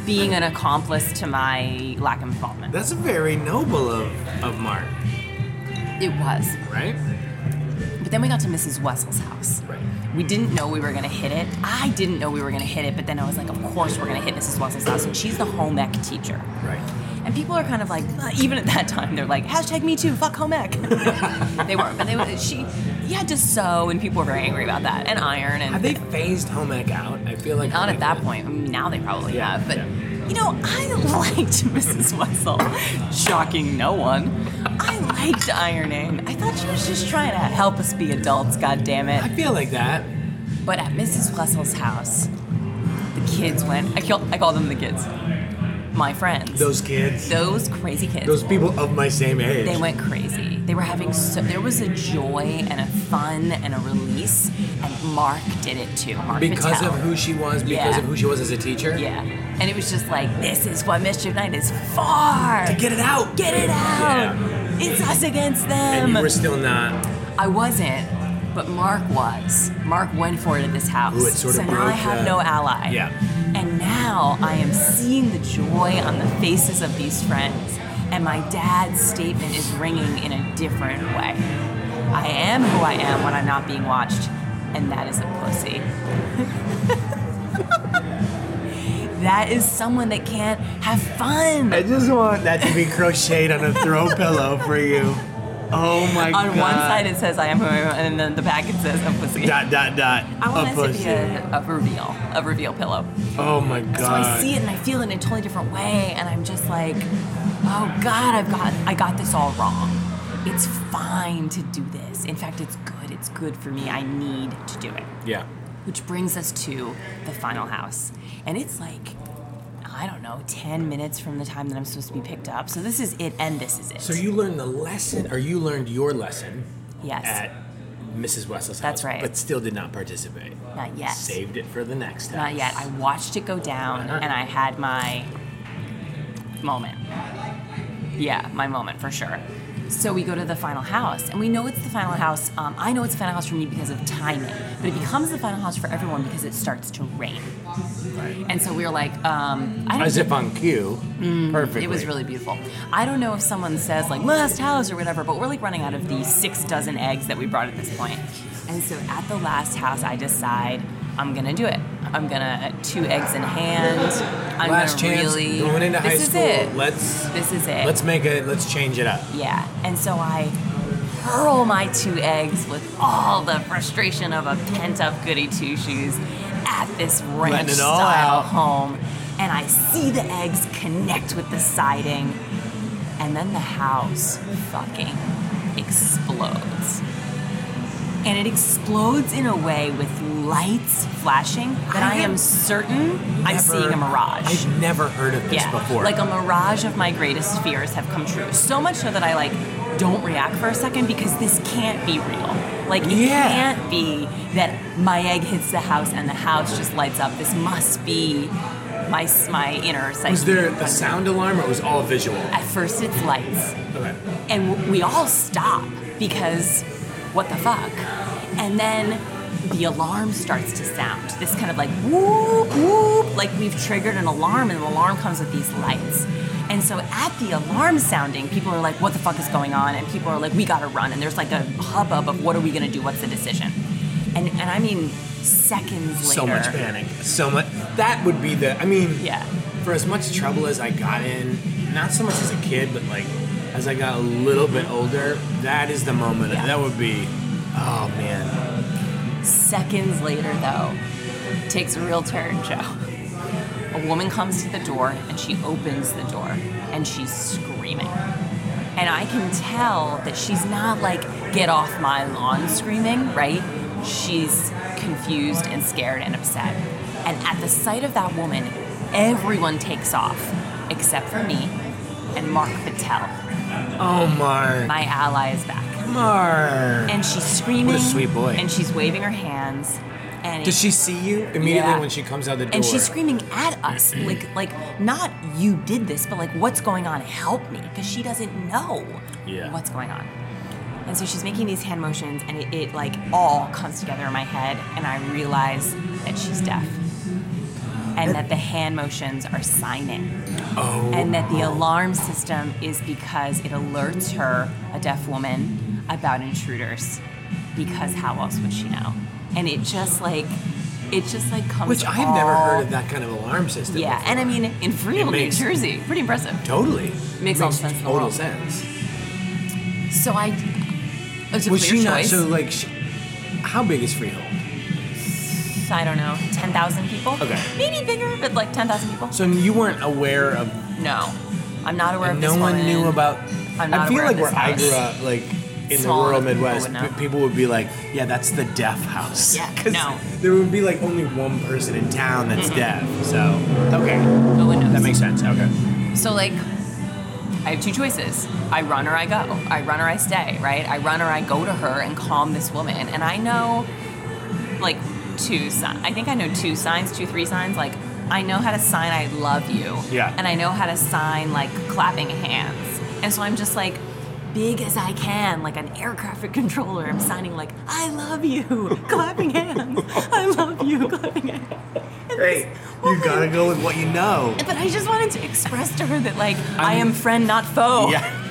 being an accomplice to my lack of involvement. That's very noble of, of Mark, it was. right? But then we got to Mrs. Wessel's house. Right. We didn't know we were gonna hit it. I didn't know we were gonna hit it, but then I was like, of course we're gonna hit Mrs. Wessel's house, and she's the home ec teacher. Right. And people are kind of like, uh, even at that time, they're like, hashtag me too, fuck home ec. they weren't, but they were, she, you had to sew, and people were very angry about that, and iron, and Have they phased home ec out? I feel like home not at ec that is- point. I mean, now they probably Yeah, have, but yeah. you know, I liked Mrs. Wessel, shocking no one. I liked ironing. I thought she was just trying to help us be adults, God damn it. I feel like that. But at Mrs. Wessel's house, the kids went. I call, I call them the kids. My friends. Those kids. Those crazy kids. Those people of my same age. They went crazy. They were having so. There was a joy and a fun and a release, and Mark did it too. Mark because Mattel. of who she was, because Yeah. of who she was as a teacher. Yeah. And it was just like, this is what Mischief Night is for. To get it out. Get it out. It's us against them. And you were still not. I wasn't, but Mark was. Mark went for it at this house. Ooh, it sort so of now I broke have the- no ally. Yeah. And now I am seeing the joy on the faces of these friends, and my dad's statement is ringing in a different way. I am who I am when I'm not being watched, and that is a pussy. that is someone that can't have fun. just want that to be crocheted on a throw pillow for you. Oh my on one side it says I am who I am, and then the back it says a pussy. dot dot. I want this to be a, a reveal, a reveal pillow. Oh my So I see it and I feel it in a totally different way, and I'm just like, oh God, I've got, I got this all wrong. It's fine to do this. In fact, it's good. It's good for me. I need to do it. Yeah. Which brings us to the final house, and it's like, I don't know, ten minutes from the time that I'm supposed to be picked up. So this is it, and this is it. So you learned the lesson, or you learned your lesson yes, at Mrs. Wessel's That's house, right. but still did not participate. not yet. Saved it for the next time. Not yet. I watched it go down and I had my moment. Yeah, my moment for sure. So we go to the final house, and we know it's the final house. Um, I know it's the final house for me because of timing, but it becomes the final house for everyone because it starts to rain. And so we were like, um, I don't As if on cue. Perfect. Mm, it was really beautiful. I don't know if someone says like last house or whatever, but we're like running out of the six dozen eggs that we brought at this point. And so at the last house, I decide I'm gonna do it. I'm gonna uh, two eggs in hand. I'm last gonna chance really going into this high is school. It. Let's This is it. let's make it. Let's change it up. Yeah. And so I hurl my two eggs with all the frustration of a pent up goody two shoes at this ranch it all style out. home. And I see the eggs connect with the siding. And then the house fucking explodes. And it explodes in a way with lights flashing that I, am certain I'm Never- seeing a mirage I've never heard of this yeah, before. Like a mirage of my greatest fears have come true. So much so that I like don't react for a second because this can't be real. Like it Yeah. can't be that my egg hits the house and the house just lights up. This must be my s- my inner psyche. was there a sound alarm or it was all visual? At first, it's lights, Okay. and w- we all stop because what the fuck? And then the alarm starts to sound. This kind of like whoop whoop, like we've triggered an alarm, and the alarm comes with these lights. And so at the alarm sounding, people are like, "What the fuck is going on?" And people are like, "We gotta run." And there's like a hubbub of, "What are we gonna do? What's the decision?" And and I mean, seconds later. So much panic. So much. That would be the. I mean, Yeah. for as much trouble as I got in, not so much as a kid, but like as I got a little bit older, that is the moment. Yeah. That would be. Oh man. Seconds later, though, takes a real turn, Joe. A woman comes to the door and she opens the door and she's screaming. And I can tell that she's not like, get off my lawn screaming, right? She's confused and scared and upset. And at the sight of that woman, everyone takes off except for me and Mark Patel. Oh Mark. My ally is back. Mark. And she's screaming. sweet boy. And she's waving her hands. And Does she see you immediately Yeah. when she comes out the door? and she's screaming at us like like not you did this but like what's going on help me because she doesn't know Yeah. what's going on and so she's making these hand motions and it, it like all comes together in my head and i realize that she's deaf and that the hand motions are signing. Oh. And that the alarm system is because it alerts her, a deaf woman, about intruders. Because how else would she know? And it just like, it just like comes. Which I've never heard all- of that kind of alarm system. Yeah, before. and I mean in Freehold, New makes- Jersey, pretty impressive. totally Makes all the sense in the Total world. sense. So I, it was a Was clear she not choice. so like? She, how big is Freehold? I don't know, ten thousand people. Okay. Maybe bigger, but like ten thousand people. So you weren't aware of. no, I'm not aware and of no this one woman. knew about. I'm I not feel aware like of where this I house. grew up, like in the Small rural people Midwest, would p- know. people would be like, "Yeah, that's the deaf house." Yeah, 'Cause no. There would be like only one person in town that's deaf. So okay, No one knows. that makes sense. Okay. So like, I have two choices. I run or I go. I run or I stay. Right. I run or I go to her and calm this woman. And I know, like, two. si- I think I know two signs, two three signs. Like, I know how to sign "I love you." Yeah. And I know how to sign like clapping hands. And so I'm just like. Big as I can, like an air traffic controller, I'm signing like "I love you," clapping hands. I love you, clapping hands. And Hey, this you woman- gotta go with what you know. but I just wanted to express to her that, like, i am friend, not foe. Yeah.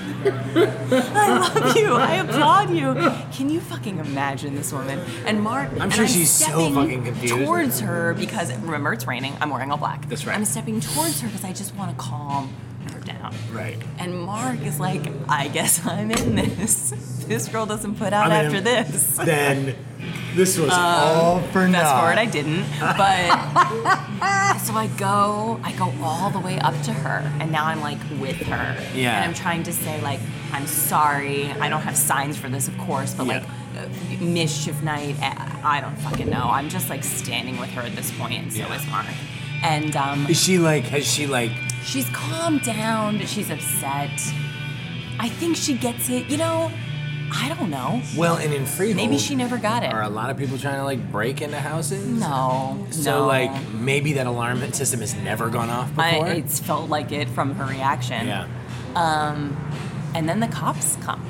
I love you. I applaud you. Can you fucking imagine this woman? And Mark, I'm and sure she's so stepping fucking confused. Towards her because remember it's raining. I'm wearing all black. That's right. I'm stepping towards her because I just want to calm her down. Right. And Mark is like, I guess I'm in this. This girl doesn't put out I'm in. after this. Then this was all for Uh, Fast naught. forward, I didn't. But so I go, I go all the way up to her, and now I'm like with her. Yeah. And I'm trying to say like, I'm sorry. I don't have signs for this, of course, but Yeah. like, uh, mischief night. uh, I don't fucking know. I'm just like standing with her at this point, and so Yeah. is Mark. And um, Is she like? Has she like? she's calmed down, but she's upset. I think she gets it. You know, I don't know. Well, and in Freehold, Maybe she never got it. Are a lot of people trying to like break into houses? No. So no. like maybe that alarm system has never gone off before. I, it's felt like it from her reaction. yeah. And then the cops come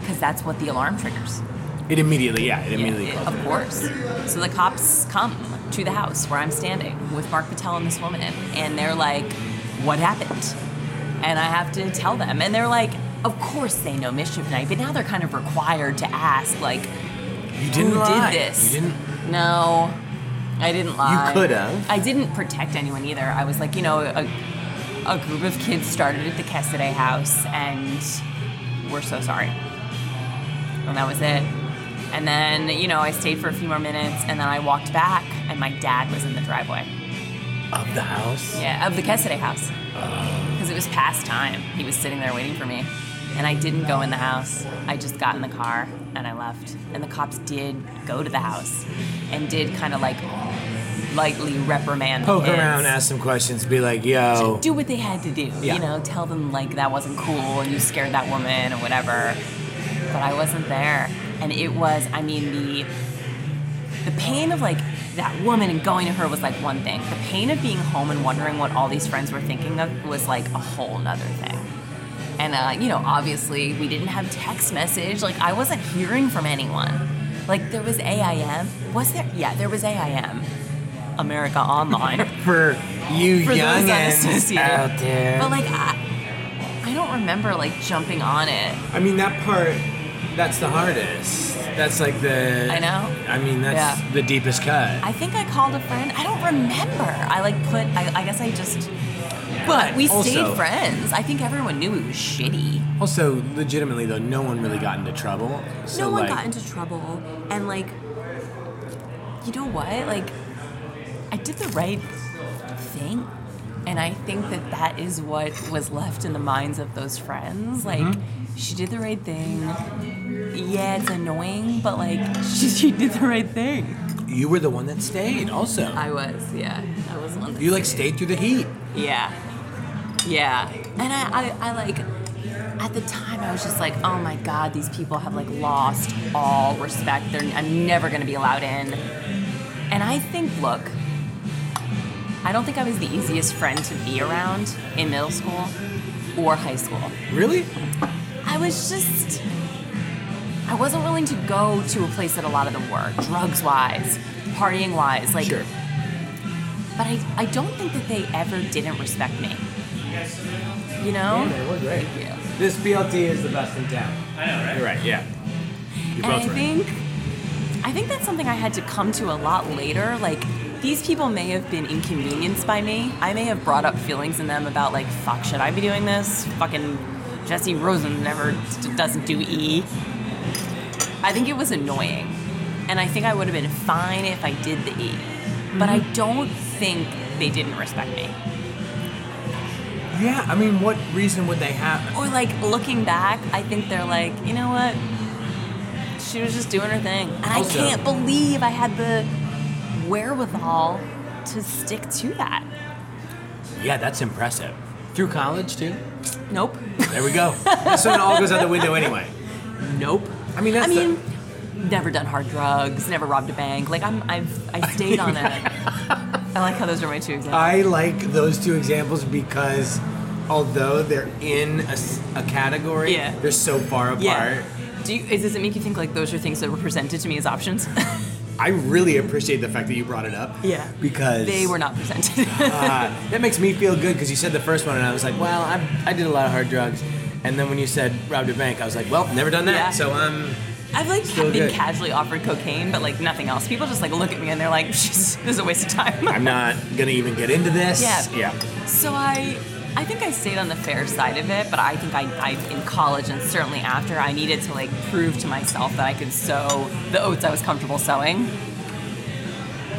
because that's what the alarm triggers. It immediately, yeah, it immediately Yeah, calls of it. course. So the cops come to the house where I'm standing with Mark Patel and this woman, and they're like, "What happened?" And I have to tell them, and they're like, "Of course they know mischief night, but now they're kind of required to ask, like, You didn't who lie. did this? You didn't. No, I didn't lie. could've. I didn't protect anyone either. I was like, you know, a, a group of kids started at the Cassidy house, and we're so sorry. And that was it. And then, you know, I stayed for a few more minutes, and then I walked back, and my dad was in the driveway. Of the house. Yeah, of the Cassidy house. Because it was past time. He was sitting there waiting for me. And I didn't go in the house. I just got in the car and I left. And the cops did go to the house and did kind of like lightly reprimand the Poke kids. around, ask some questions, be like, yo. do what they had to do. Yeah. You know, tell them like that wasn't cool and you scared that woman or whatever. But I wasn't there. And it was, I mean, the the pain of like that woman and going to her was like one thing. The pain of being home and wondering what all these friends were thinking of was like a whole nother thing. And uh, you know, obviously we didn't have text message. Like I wasn't hearing from anyone. Like there was AIM. Was there? Yeah, there was AIM. America Online For you for those youngins unassociated. out there. But like, I, I don't remember like jumping on it. I mean, that part, that's the hardest. That's like the. I know. I mean, that's Yeah. the deepest cut. I think I called a friend. I don't remember. I like put. I, I guess I just. But But we also- stayed friends. I think everyone knew it was shitty. Also, legitimately though, no one really got into trouble. So no one like, got into trouble, and like, you know what? Like, I did the right thing, and I think that that is what was left in the minds of those friends. Like, Mm-hmm. she did the right thing. Yeah, it's annoying, but like, she, she did the right thing. you were the one that stayed. Also, I was, yeah, I was one. that you like stayed. stayed through the heat. Yeah. Yeah. And I, I, I like, at the time, I was just like, oh my God, these people have like lost all respect. They're, I'm never going to be allowed in. And I think, look, I don't think I was the easiest friend to be around in middle school or high school. Really? I was just. I wasn't willing to go to a place that a lot of them were, drugs wise, partying wise. Like, Sure. But I, I don't think that they ever didn't respect me. You know? we're great. Yeah. This BLT is the best in town. I know, right? You're right, yeah. You're and I both right. think I think that's something I had to come to a lot later. Like these people may have been inconvenienced by me. I may have brought up feelings in them about like, fuck, should I be doing this? Fucking Jesse Rosen never doesn't do E. I think it was annoying, and I think I would have been fine if I did the E. But I don't think they didn't respect me. Yeah, I mean, what reason would they have? Or like looking back, I think they're like, you know what? She was just doing her thing, and I Also- can't believe I had the wherewithal to stick to that. Yeah, that's impressive. Through college, too? Nope. There we go. That's when it all goes out the window anyway. nope. I mean, that's I the- mean, never done hard drugs, never robbed a bank. Like I'm, I've, I stayed on it. I like how those are my two examples. I like those two examples because although they're in a, s- a category, Yeah. they're so far apart. yeah. Do you, is, does it make you think like those are things that were presented to me as options? I really appreciate the fact that you brought it up. Yeah. Because they were not presented. Uh, that makes me feel good because you said the first one, and I was like, well, I, I did a lot of hard drugs. And then when you said robbed a bank, I was like, well, never done that. Yeah. So um, I've like Still been good. casually offered cocaine, but like nothing else. People just like look at me and they're like, "Jeez, "This is a waste of time." I'm not gonna even get into this. Yeah. Yeah. so I, I think I stayed on the fair side of it, but I think I, I, in college and certainly after, I needed to like prove to myself that I could sow the oats I was comfortable sowing,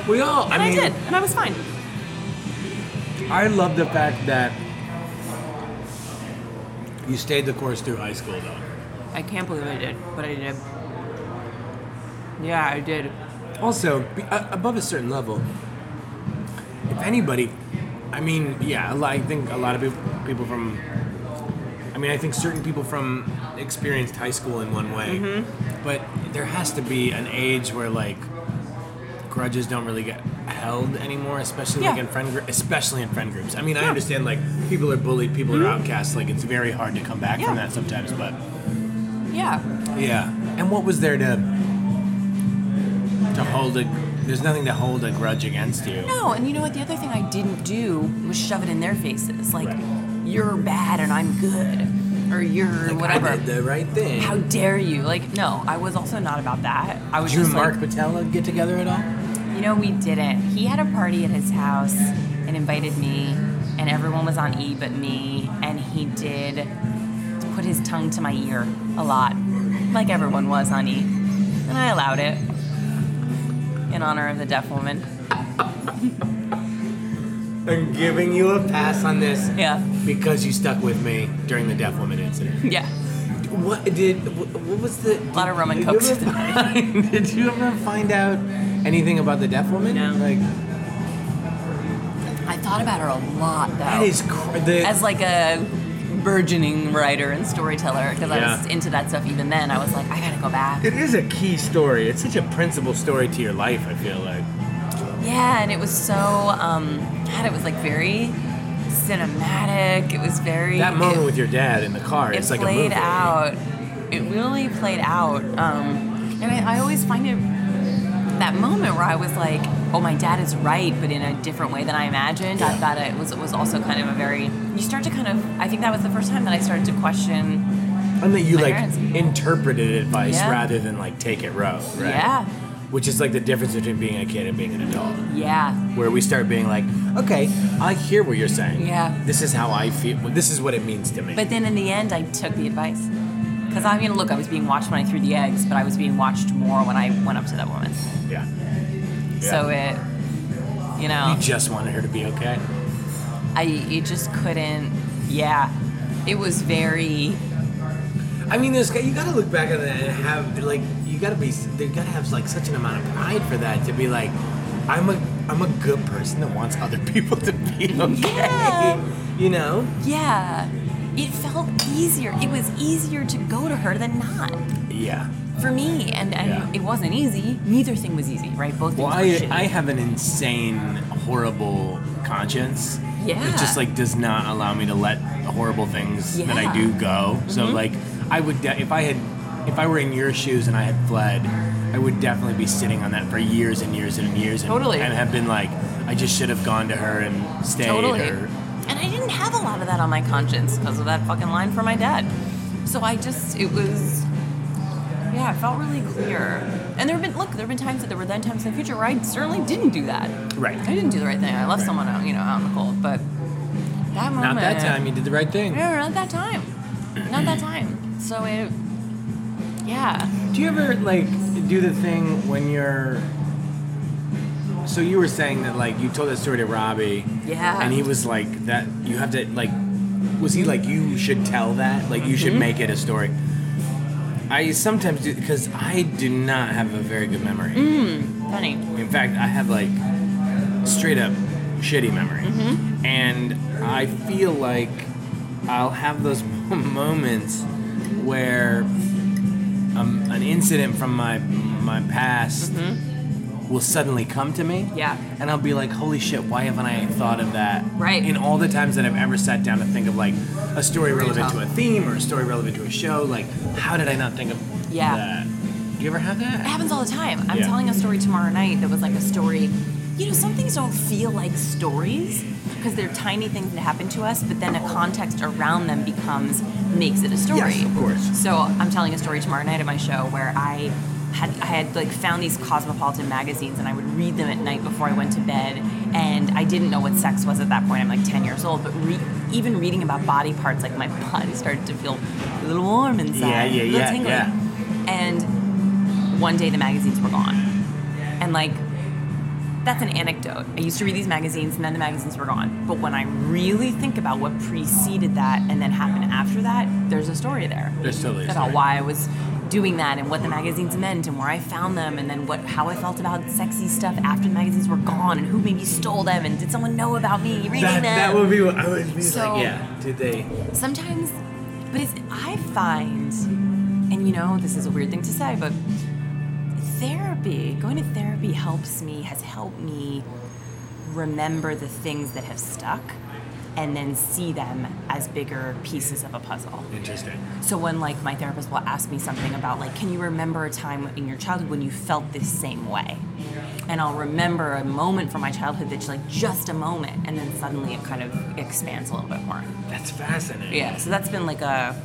We all. and I, mean, did, and I was fine. I love the fact that you stayed the course through high school, though. I can't believe I did, but I did. Yeah, I did. Also, be- a- above a certain level, if anybody, I mean, yeah, a lot- I think a lot of people, people from, I mean, I think certain people from experienced high school in one way, Mm-hmm. but there has to be an age where like grudges don't really get held anymore, especially like Yeah. in friend, gr- especially in friend groups. I mean, I understand like people are bullied, people are outcast, like it's very hard to come back Mm-hmm. Yeah. from that sometimes, but. Yeah, Yeah. And what was there to to hold a? There's nothing to hold a grudge against you. No, and you know what? The other thing I didn't do was shove it in their faces. Like, Right. you're bad and I'm good. Or you're Like, whatever. I did the right thing. How dare you? Like, no, I was also not about that. I was did you just and Mark like, Patella get together at all? you know, we didn't. He had a party at his house and invited me, and everyone was on E but me, and he did put his tongue to my ear a lot, like everyone was on E. And I allowed it in honor of the deaf woman. I'm giving you a pass on this Yeah. because you stuck with me during the deaf woman incident. Yeah. What did? wh- What was the? lot of rum and did coke. you ever find- Did you ever find out anything about the deaf woman? No. Like I thought about her a lot though. that is cr- the, as like a burgeoning writer and storyteller because I was Yeah. into that stuff even then. I was like, I gotta go back. It is a key story. It's such a principal story to your life. I feel like. Yeah, and it was so um, God, it was like very cinematic. It was very That moment it, with your dad in the car, it it's like a played movie. out. It really played out, um, and I, I always find it that moment where I was like, "Oh, my dad is right," but in a different way than I imagined. I thought it was it was also kind of a very. You start to kind of. I think that was the first time that I started to question. And that you My like parents. interpreted advice Yeah. rather than like take it row, right? Yeah. Which is like the difference between being a kid and being an adult, Yeah. where we start being like, okay, I hear what you're saying. Yeah. This is how I feel. This is what it means to me. But then in the end, I took the advice. Because I mean, look, I was being watched when I threw the eggs, but I was being watched more when I went up to that woman. yeah. So it, you know, You just wanted her to be okay. I you just couldn't. Yeah, it was very. I mean, there's you gotta look back at that and have like you gotta be they gotta have like such an amount of pride for that to be like, I'm a I'm a good person that wants other people to be okay. Yeah. You know. Yeah, it felt easier. It was easier to go to her than not Yeah. for me, and, and Yeah. it wasn't easy. Neither thing was easy, right? Both things Well, were I, shitty. I have an insane, horrible conscience. Yeah. It just like does not allow me to let horrible things that I Yeah. Mm-hmm. do go. So like, I would de- if I had if I were in your shoes and I had fled, I would definitely be sitting on that for years and years and years. And, Totally. And have been like, I just should have gone to her and stayed. Totally. Or, And I didn't have a lot of that on my conscience because of that fucking line from my dad. So I just, it was, yeah, it felt really clear. And there have been, look, there have been times that there were then times in the future where I certainly didn't do that. Right. I didn't do the right thing. I left someone out, you know, out in the cold. But that moment. not that time. You did the right thing. Yeah, not that time. Not that time. So it, yeah. Do you ever like do the thing when you're? So you were saying that like you told that story to Robbie. Yeah. And he was like that. You have to like. Was he like you should tell that? Like you should make it a story. I sometimes do because I do not have a very good memory. Funny. In fact, I have like straight up shitty memory. Mm-hmm. And I feel like I'll have those moments where um, an incident from my my past will suddenly come to me. Mm-hmm. Yeah. And I'll be like, holy shit, why haven't I thought of that? Right. In all the times that I've ever sat down to think of like a story relevant to a theme or a story relevant to a show, like, how did I not think of Yeah. that? Do you ever have that? It happens all the time. I'm Yeah. telling a story tomorrow night that was like a story. You know, some things don't feel like stories because they're tiny things that happen to us, but then a context around them becomes makes it a story. Yes, of course. So I'm telling a story tomorrow night at my show where I had I had like found these cosmopolitan magazines and I would read them at night before I went to bed and I didn't know what sex was at that point. I'm like 10 years old, but re- even reading about body parts, like my body started to feel a little warm inside, Yeah, yeah, a little yeah, tingly. yeah. And one day the magazines were gone. And like, that's an anecdote. I used to read these magazines and then the magazines were gone. But when I really think about what preceded that and then happened after that, there's a story there. There's totally a about story. why I was doing that and what the magazines meant and where I found them and then what how I felt about sexy stuff after the magazines were gone and who maybe stole them and did someone know about me reading that, them. that would be what I would be So- like. Yeah. Did they? sometimes but it's i find and you know this is a weird thing to say but therapy going to therapy helps me has helped me remember the things that have stuck and then see them as bigger pieces of a puzzle Interesting. so when like my therapist will ask me something about like, can you remember a time in your childhood when you felt this same way? And I'll remember a moment from my childhood that's like just a moment, and then suddenly it kind of expands a little bit more. That's fascinating. Yeah. So that's been like a.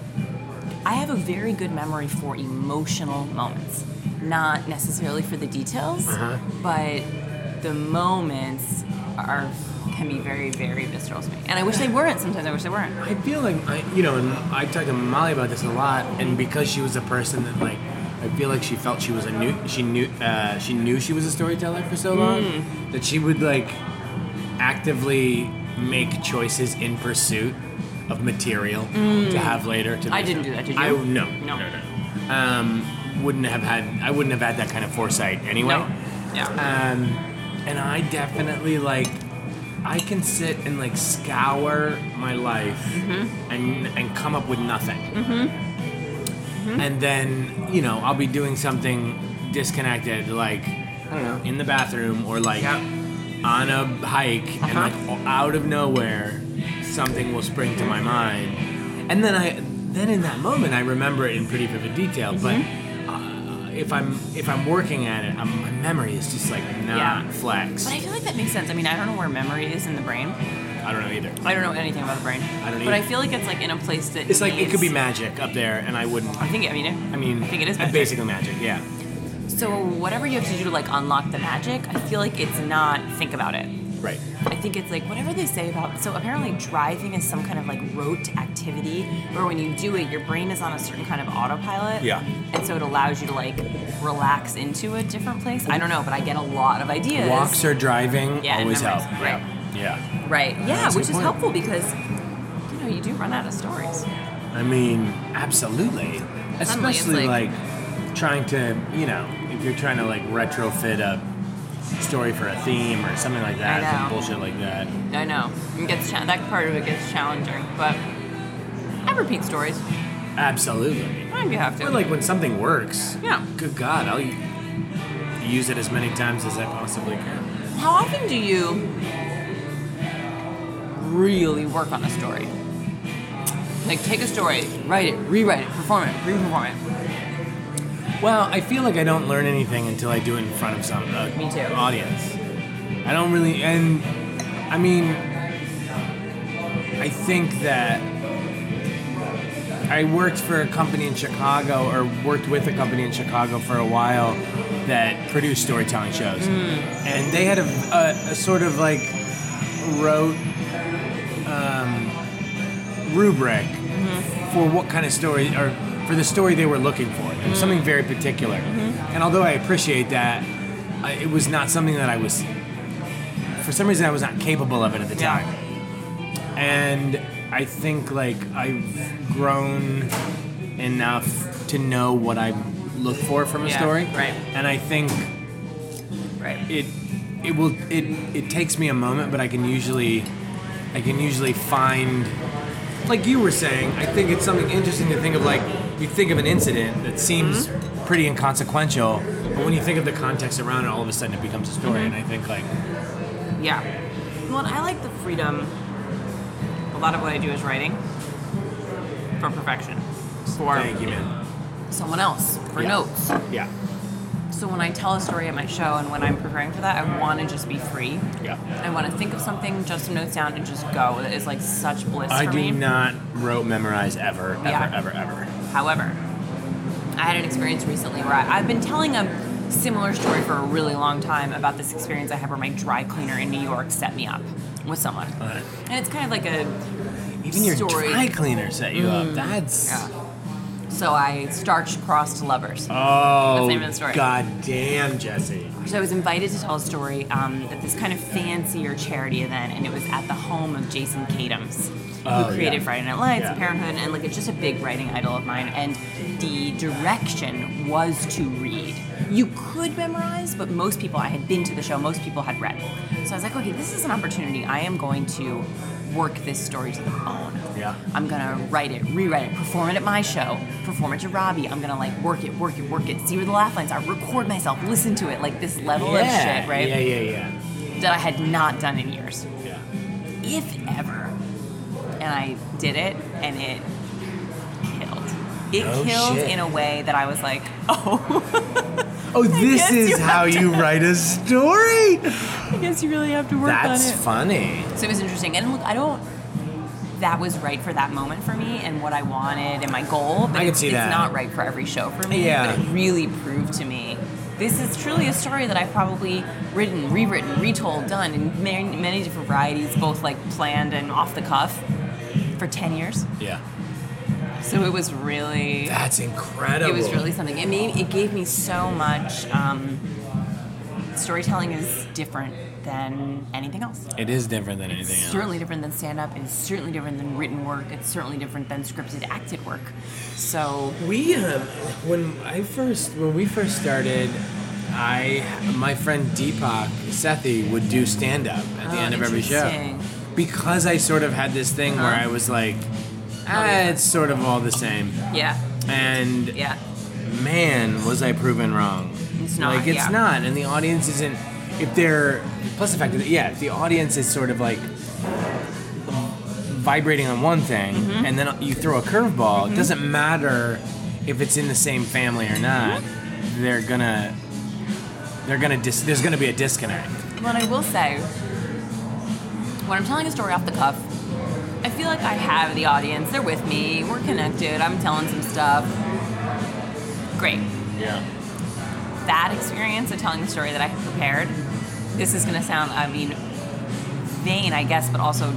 I have a very good memory for emotional moments, not necessarily for the details, Uh-huh. but the moments are can be very, very visceral to me. And I wish they weren't. Sometimes I wish they weren't. I feel like I, you know, and I talked to Molly about this a lot, and because she was a person that like, I feel like she felt she was a new, she knew, uh, she knew she was a storyteller for so long Mm. that she would like actively make choices in pursuit of material to have later. To Mm. I be didn't shown. do that, did you? I no, No. no, no. Um, wouldn't have had, I wouldn't have had that kind of foresight anyway. No. Yeah. Um, and I definitely like I can sit and like scour my life and and come up with nothing. And then you know I'll be doing something disconnected, like I don't know, in the bathroom or like on a hike, and like o- out of nowhere, something will spring to my mind, and then I then in that moment I remember it in pretty vivid detail, but. Uh, if I'm if I'm working at it, I'm, my memory is just like not Yeah. flex. But I feel like that makes sense. I mean, I don't know where memory is in the brain. I don't know either. I don't know anything about the brain. I don't But I either. feel like it's like in a place that It's like it could be needs- magic up there, and I wouldn't. I think. I mean. I mean, I think it is. uh, magic. basically magic. Yeah. So whatever you have to do to like unlock the magic, I feel like it's not think about it. Right. I think it's like whatever they say about. So apparently, driving is some kind of like rote activity where when you do it, your brain is on a certain kind of autopilot. Yeah. And so it allows you to like relax into a different place. I don't know, but I get a lot of ideas. Walks or driving Yeah, and always help. memories. Right. Yeah. Right. Yeah, That's a which is good point. helpful because you know you do run out of stories. I mean, absolutely. Suddenly it's Especially like- like, trying to, you know, if you're trying to like retrofit a story for a theme or something like that, I know. some bullshit like that. I know. It gets cha- that part of it gets challenging, but I repeat stories. Absolutely. I think you have to. But like when something works, Yeah. Good God, I'll u- use it as many times as I possibly can. How often do you really work on a story? Like take a story, write it, rewrite it, perform it, re-perform it. Well, I feel like I don't learn anything until I do it in front of some uh, Me too. audience. I don't really, and I mean, I think that I worked for a company in Chicago, or worked with a company in Chicago for a while that produced storytelling shows, Mm. and they had a, a, a sort of like rote um, rubric Mm-hmm. for what kind of story or for the story they were looking for something very particular Mm-hmm. and although i appreciate that I, it was not something that i was for some reason i was not capable of it at the Yeah. time and i think like i've grown enough to know what i look for from a Yeah, story right. and i think Right. it it will it it takes me a moment but i can usually i can usually find like you were saying i think it's something interesting to think of like you think of an incident that seems Mm-hmm. pretty inconsequential but when you think of the context around it all of a sudden it becomes a story and Mm-hmm. i think like Yeah. Well, and I like the freedom. A lot of what I do is writing for perfection, for thank you man someone else, for Yeah. notes. yeah So when I tell a story at my show and when I'm preparing for that, I want to just be free. Yeah. I want to think of something, jot some notes down, and just go. It is like such bliss i for do me. not rote memorize ever ever Yeah. ever ever However, I had an experience recently where I, I've been telling a similar story for a really long time about this experience I had where my dry cleaner in New York set me up with someone. And it's kind of like a even your Story. Mm-hmm. dry cleaner set you up that's Yeah. So I starched crossed lovers. oh That's the name of the story. god damn jesse So I was invited to tell a story um, at this kind of fancier charity event, and it was at the home of Jason Kadams, who Oh, created yeah. Friday Night Lights, Yeah. Parenthood, and like it's just a big writing idol of mine. And the direction was to read. You could memorize, but most people I had been to the show, most people had read. So I was like, okay, this is an opportunity. I am going to work this story to the bone. Yeah. I'm gonna write it, rewrite it, perform it at my show, perform it to Robbie. I'm gonna like work it, work it, work it, see where the laugh lines are, record myself, listen to it, like this level yeah. of shit, right? yeah yeah yeah That I had not done in years, yeah if ever. And I did it, and it killed. It No killed shit. in a way that I was like, oh, Oh, this guess you is have how you write a story. I guess you really have to work That's on it. funny. So it was interesting. And look, I don't. That was right for that moment for me and what I wanted and my goal. But I can it's, see it's that. not right for every show for me. Yeah. But it really proved to me this is truly a story that I've probably written, rewritten, retold, done in many, many different varieties, both like planned and off the cuff for 10 years. Yeah, So it was really. that's incredible. It was really something. It made it gave me so much. Um, storytelling is different than anything else. It is different than anything else. certainly different than stand up. It's certainly different than written work. It's certainly different than scripted acted work. So We um, when I first when we first started, I my friend Deepak Sethi would do stand up at the Oh, end of every show interesting. Uh-huh. because I sort of had this thing where I was like, ah, it's sort of all the same, yeah, and yeah, man, was I proven wrong. It's not, Like, it's yeah. not. And the audience isn't. If they're. Plus the fact that, yeah, if the audience is sort of like vibrating on one thing Mm-hmm. and then you throw a curveball, it doesn't matter if it's in the same family or not. Mm-hmm. They're gonna. They're gonna dis- there's gonna be a disconnect. Well, and I will say, when I'm telling a story off the cuff, I feel like I have the audience. They're with me. We're connected. I'm telling some stuff. Great. Yeah. That experience of telling the story that I had prepared, this is going to sound, I mean, vain, I guess, but also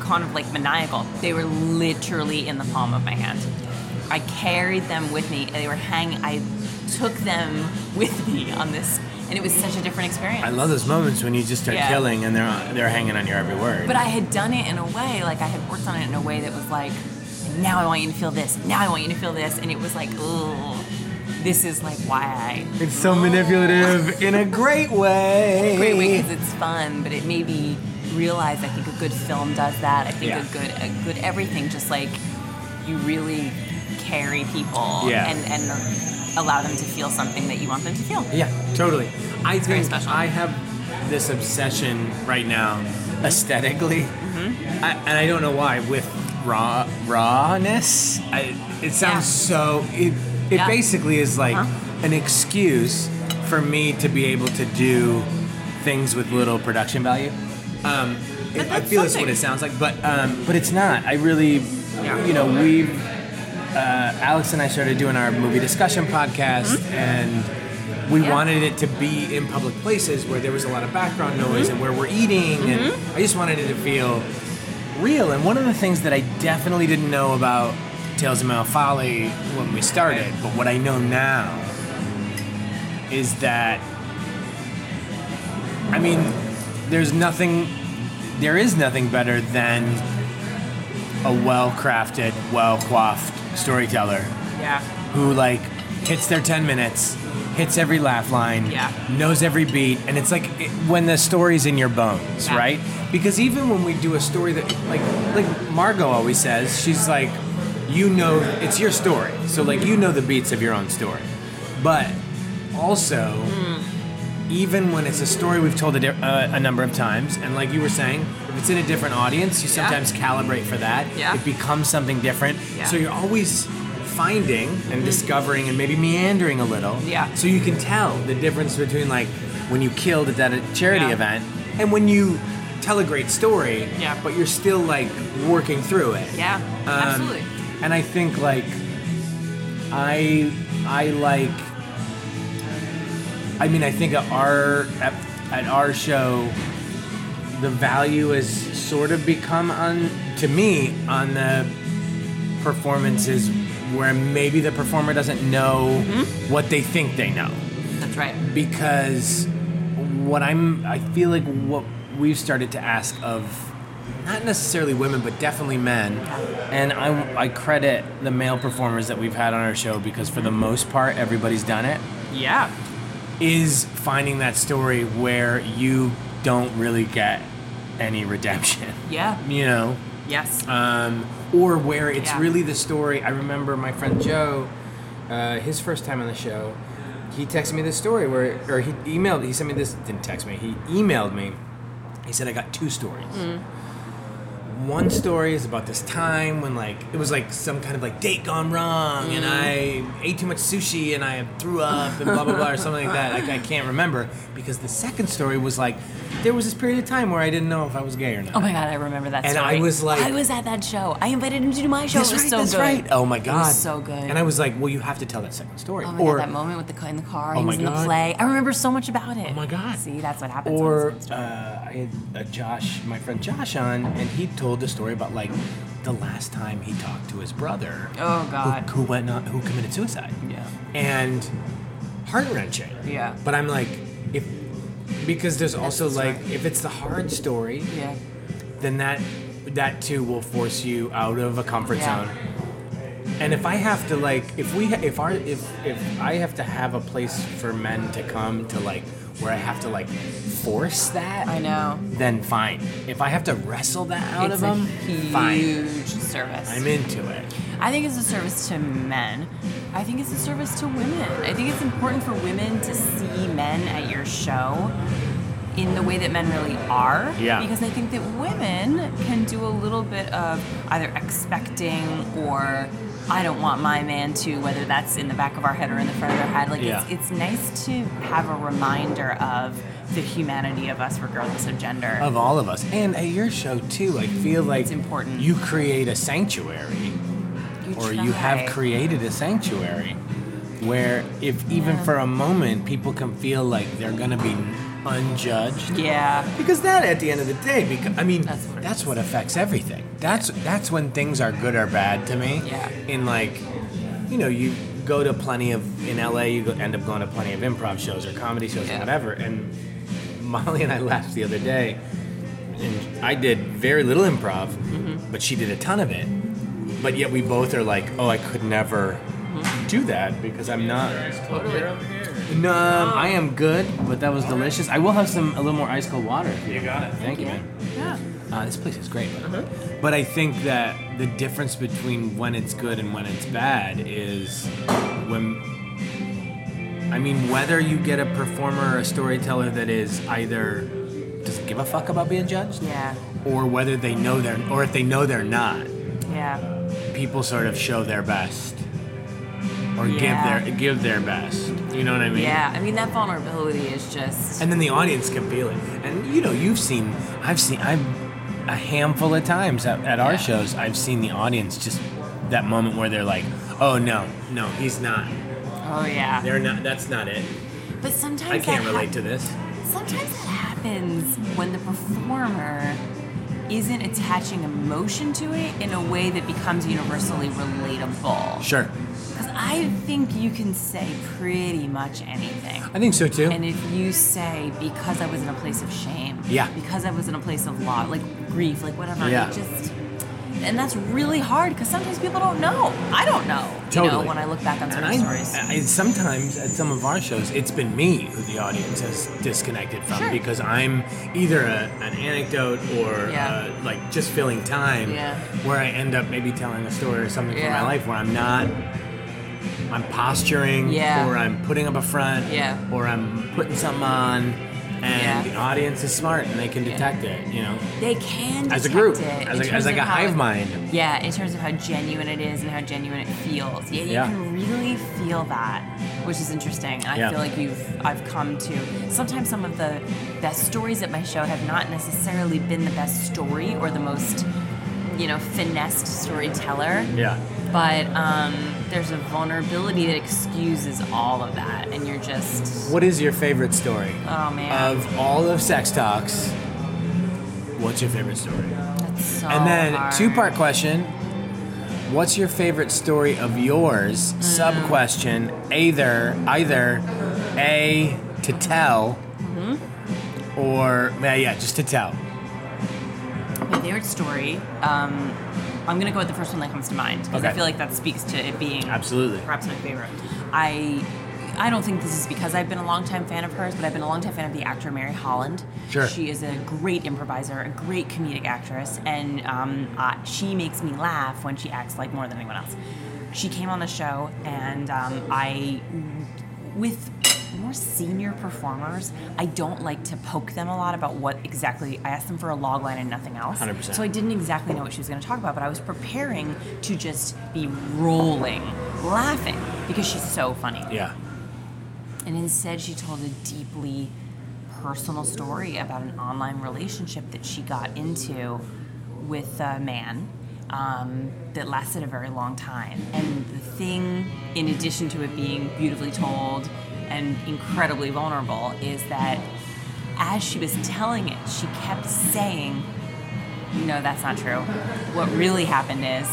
kind of like maniacal. They were literally in the palm of my hand. I carried them with me. They were hanging. I took them with me on this, and it was such a different experience. I love those moments when you just start Yeah. killing and they're they're hanging on your every word. But I had done it in a way, like I had worked on it in a way that was like, now I want you to feel this, now I want you to feel this, and it was like, ooh, this is like why I. it's so manipulative in a great way. Great way because it's fun, but it made me realize I think a good film does that. I think Yeah. a good a good everything, just like you really carry people Yeah. and and allow them to feel something that you want them to feel. Yeah, totally. I very think special. I have this obsession right now, Mm-hmm. esthetically I, and I don't know why, with raw rawness. I, it sounds Yeah. so. It it Yeah. Uh-huh. basically is like an excuse for me to be able to do things with little production value. Um, it, I that's feel that's what something. it sounds like, but um, but it's not. I really, you know, we, uh, Alex and I started doing our movie discussion podcast, and we Mm-hmm. Yeah. wanted it to be in public places where there was a lot of background noise Mm-hmm. and where we're eating, and I just wanted it to feel real. And one of the things that I definitely didn't know about Tales of Mount Folly when we started, but what I know now is that I mean, there's nothing, there is nothing better than a well-crafted, well-coiffed storyteller Yeah. who like hits their 10 minutes, hits every laugh line, Yeah. knows every beat, and it's like it, when the story's in your bones, Yeah. right? Because even when we do a story that like like Margot always says, she's like you know it's your story. So like you know the beats of your own story. But also Hmm. even when it's a story we've told a, di- uh, a number of times and like you were saying if it's in a different audience you Yeah. sometimes calibrate for that Yeah. it becomes something different Yeah. Mm. so you're always finding and discovering and maybe meandering a little Yeah. so you can tell the difference between like when you killed at that charity Yeah. event and when you tell a great story Yeah. but you're still like working through it Yeah. Absolutely. and I think like I I like I mean I think at our at, at our show the value has sort of become on to me on the performances where maybe the performer doesn't know what they think they know That's right. because what I'm I feel like what we've started to ask of not necessarily women but definitely men and I, I credit the male performers that we've had on our show because for the most part everybody's done it Yeah. is finding that story where you don't really get any redemption Yeah. you know Yes. um, or where it's Yeah. really the story. I remember my friend Joe, uh, his first time on the show, he texted me this story where, or he emailed, he sent me this, didn't text me, he emailed me. He said, I got two stories. Mm-hmm. One story is about this time when, like, it was like some kind of like date gone wrong, and Mm-hmm. I ate too much sushi and I threw up and blah blah blah or something like that. Like, I can't remember because the second story was like, there was this period of time where I didn't know if I was gay or not. Oh my god, I remember that And story. I was like- I was at that show. I invited him to my show. That's it was right, so that's good. right. Oh my god, so good. And I was like, well, you have to tell that second story, Oh my or god, that moment with the in the car. Oh he my was in God. the play. I remember so much about it. Oh my God. See, that's what happens. when or it's uh, good I had uh, Josh, my friend Josh, on, and he told the story about like the last time he talked to his brother. Oh, God. who, who went on, who committed suicide? Yeah. and heart wrenching. Yeah. but I'm like, if because there's also that's like right. if it's the hard story, stuff. yeah. then that that too will force you out of a comfort Yeah. zone. And if I have to like, if we, ha- if our, if if I have to have a place for men to come to like, where I have to like force that, I know. Then fine. If I have to wrestle that out it's of them, a huge fine. service. I'm into it. I think it's a service to men. I think it's a service to women. I think it's important for women to see men at your show in the way that men really are. Yeah. Because I think that women can do a little bit of either expecting or I don't want my man to, whether that's in the back of our head or in the front of our head. Like Yeah. it's, it's nice to have a reminder of the humanity of us regardless of gender. of all of us. And at your show too, I feel like It's important. You create a sanctuary, You or you try. have created a sanctuary, where if even for a moment people can feel like they're gonna be unjudged. Yeah. Because that, at the end of the day, because I mean, that's That's what, what it is. affects everything. That's that's when things are good or bad to me. Yeah. In like, you know, you go to plenty of in LA, you go, end up going to plenty of improv shows or comedy shows or Yeah. whatever. And Molly and I laughed the other day, and I did very little improv, Mm-hmm. but she did a ton of it. But yet we both are like, oh, I could never Mm-hmm. do that because I'm not. Totally. Over here. No, um, I am good, but that was delicious. I will have some a little more ice cold water. If You got it. Thank you, man. Yeah. Mm-hmm. Uh, this place is great, by the way. But I think that the difference between when it's good and when it's bad is when. I mean, whether you get a performer or a storyteller that is either doesn't give a fuck about being judged, Yeah. or whether they know they're, or if they know they're not, Yeah. people sort of show their best or give Yeah. their give their best. You know what I mean? Yeah, I mean that vulnerability is just And then the audience can feel it. And you know, you've seen, I've seen, I've a handful of times at, at our Yeah. shows, I've seen the audience just that moment where they're like, "Oh no, no, he's not. oh yeah. They're not. That's not it. But sometimes I can't that relate hap- to this." Sometimes that happens when the performer isn't attaching emotion to it in a way that becomes universally relatable. Sure, Because I think you can say pretty much anything. I think so too. And if you say, because I was in a place of shame, Yeah. because I was in a place of lot, like grief, like whatever, Yeah. it just, and that's really hard because sometimes people don't know. I don't know. You Totally. know, when I look back on and certain I, stories. I sometimes at some of our shows, it's been me who the audience has disconnected from Sure. because I'm either a, an anecdote or Yeah. uh, like just filling time, Yeah. where I end up maybe telling a story or something from Yeah. my life where I'm not. I'm posturing, Yeah. or I'm putting up a front, Yeah. or I'm putting something on, and Yeah. the audience is smart and they can detect it, you know, they can as a detect group, it as, in a, terms as like a of how hive it- mind. Yeah, in terms of how genuine it is and how genuine it feels. Yeah, you Yeah. can really feel that, which is interesting. I Yeah. feel like you've I've come to sometimes some of the best stories at my show have not necessarily been the best story or the most you know finessed storyteller. Yeah. But um, there's a vulnerability that excuses all of that, and you're just What is your favorite story? oh man, of all of sex talks, what's your favorite story? that's so and then Oh, hard. two part question. What's your favorite story of yours? Mm. Sub question either either A to tell Mm-hmm. or yeah, yeah, just to tell. My favorite story. Um, I'm gonna go with the first one that comes to mind because I Okay. feel like that speaks to it being Absolutely. perhaps my favorite. I I don't think this is because I've been a longtime fan of hers, but I've been a longtime fan of the actor Mary Holland. Sure. She is a great improviser, a great comedic actress, and um, uh, she makes me laugh when she acts like more than anyone else. She came on the show, and um, I with more senior performers, I don't like to poke them a lot about what exactly. I asked them for a log line and nothing else. 100%. So I didn't exactly know what she was going to talk about, but I was preparing to just be rolling, laughing, because she's so funny. Yeah. And instead, she told a deeply personal story about an online relationship that she got into with a man um, that lasted a very long time. And the thing, in addition to it being beautifully told and incredibly vulnerable, is that as she was telling it, she kept saying, No, that's not true. What really happened is,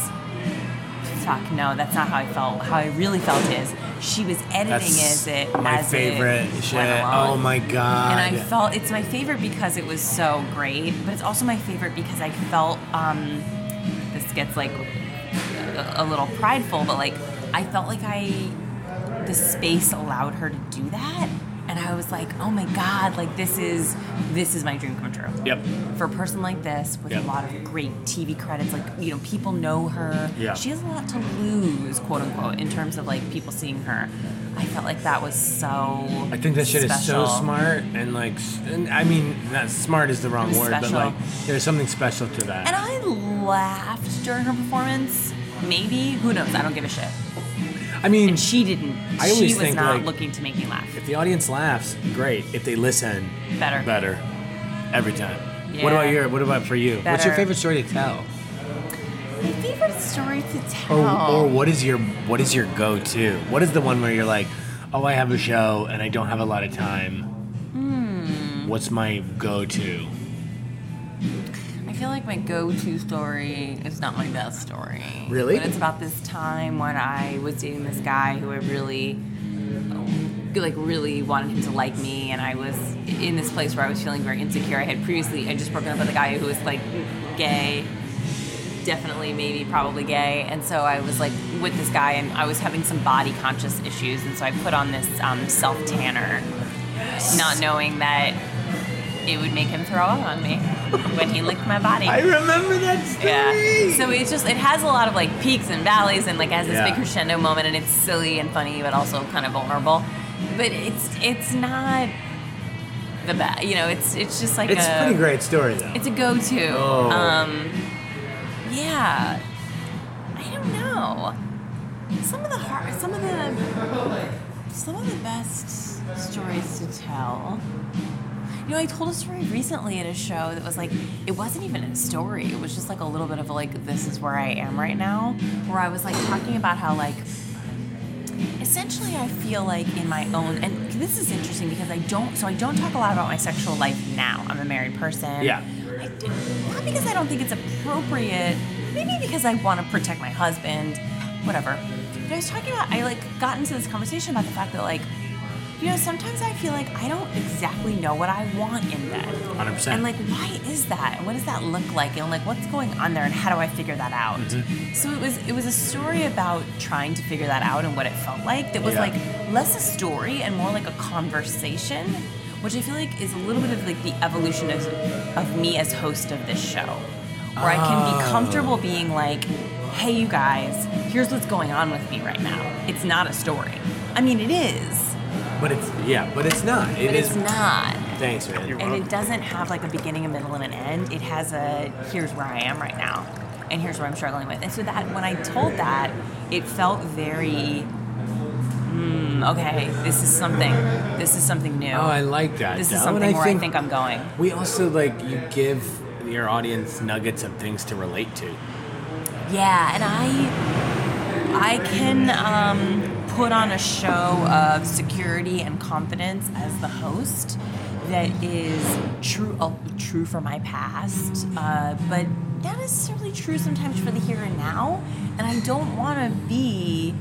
fuck no that's not how i felt how i really felt is she was editing That's as it my as it favorite went shit. along. Oh my god. and i felt it's my favorite because it was so great but it's also my favorite because i felt um this gets like a, a little prideful but like i felt like i the space allowed her to do that and i was like oh my god like this is this is my dream come true Yep. for a person like this with Yeah. a lot of great TV credits, like you know, people know her. Yeah. She has a lot to lose, quote unquote, in terms of like people seeing her. I felt like that was so. I think that shit is so special. smart and like s- and I mean not smart is the wrong was word, special. but like there's something special to that. And I laughed during her performance. Maybe who knows? I don't give a shit. I mean, And she didn't. I she always was think, not like- looking to make me laugh. If the audience laughs, great. If they listen, Better. Better. Every time. Yeah. What about your what about for you? What's Better. your favorite story to tell? My favorite story to tell. Or or what is your what is your go-to? What is the one where you're like, "Oh, I have a show and I don't have a lot of time." Hmm. What's my go-to? I feel like my go-to story is not my best story. Really? But it's about this time when I was dating this guy who I really, like, really wanted him to like me, and I was in this place where I was feeling very insecure. I had previously, I just broken up with a guy who was like gay, definitely, maybe, probably gay, and so I was like with this guy, and I was having some body conscious issues, and so I put on this um, self tanner, not knowing that it would make him throw up on me when he licked my body. remember that story. yeah. So it's just it has a lot of like peaks and valleys and like has this Yeah. big crescendo moment and it's silly and funny but also kind of vulnerable. But it's it's not the best. You know, it's it's just like it's a a pretty great story though. It's a go-to. Oh. Um yeah. I don't know. Some of the hard some of the some of the best stories to tell. You know, I told a story recently at a show that was like, it wasn't even a story. It was just like a little bit of a, like, this is where I am right now, where I was like talking about how like essentially I feel like in my own and this is interesting because I don't so I don't talk a lot about my sexual life now. I'm a married person. Yeah. I do, not because I don't think it's appropriate, maybe because I want to protect my husband, whatever. But I was talking about I like got into this conversation about the fact that like you know, sometimes I feel like I don't exactly know what I want in bed. 100%. And like, why is that? And what does that look like? And like, what's going on there? And how do I figure that out? So it was it was a story about trying to figure that out and what it felt like. That was Yeah. like less a story and more like a conversation, which I feel like is a little bit of like the evolution of, of me as host of this show, where I can be comfortable being like, hey, you guys, here's what's going on with me right now. It's not a story. I mean, it is But it's yeah, but it's not. It but is. it's not. Thanks, man. And it doesn't have like a beginning, a middle, and an end. It has a here's where I am right now, and here's what I'm struggling with. And so that when I told that, it felt very, mm, okay, this is something, this is something new. Oh, I like that. this Dom. is And something where I think I'm going. We also like you give your audience nuggets of things to relate to. Yeah, and I, I can um, put on a show of security and confidence as the host that is true, uh, true for my past, uh, but not necessarily true sometimes for the here and now. And I don't want to be,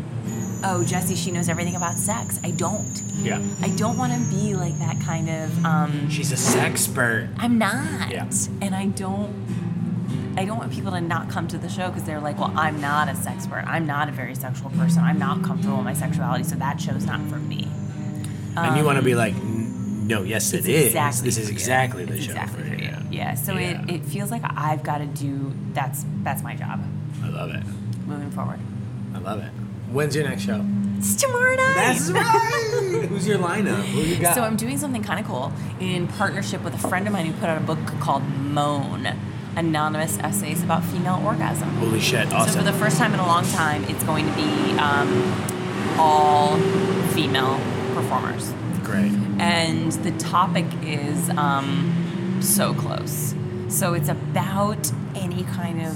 oh, Jesse, she knows everything about sex. I don't. Yeah. I don't want to be like that kind of. Um, She's a sexpert. I'm not. Yeah. And I don't I don't want people to not come to the show because they're like, well, I'm not a sexpert. I'm not a very sexual person. I'm not comfortable in my sexuality, so that show's not for me. and you want to be like, "N- no, yes, it It's is. exactly this is for you. exactly the It's show exactly for you. you. Yeah. So It, Yeah. it feels like I've got to do that's that's my job I love it. moving forward. I love it. When's your next show? It's tomorrow night. right. Who's your lineup? Who you got? So I'm doing something kind of cool in partnership with a friend of mine who put out a book called Moan: Anonymous Essays about Female Orgasm. Holy shit! So for Awesome. the first time in a long time, it's going to be um, all female performers, Great. and the topic is um, so close. So it's about any kind of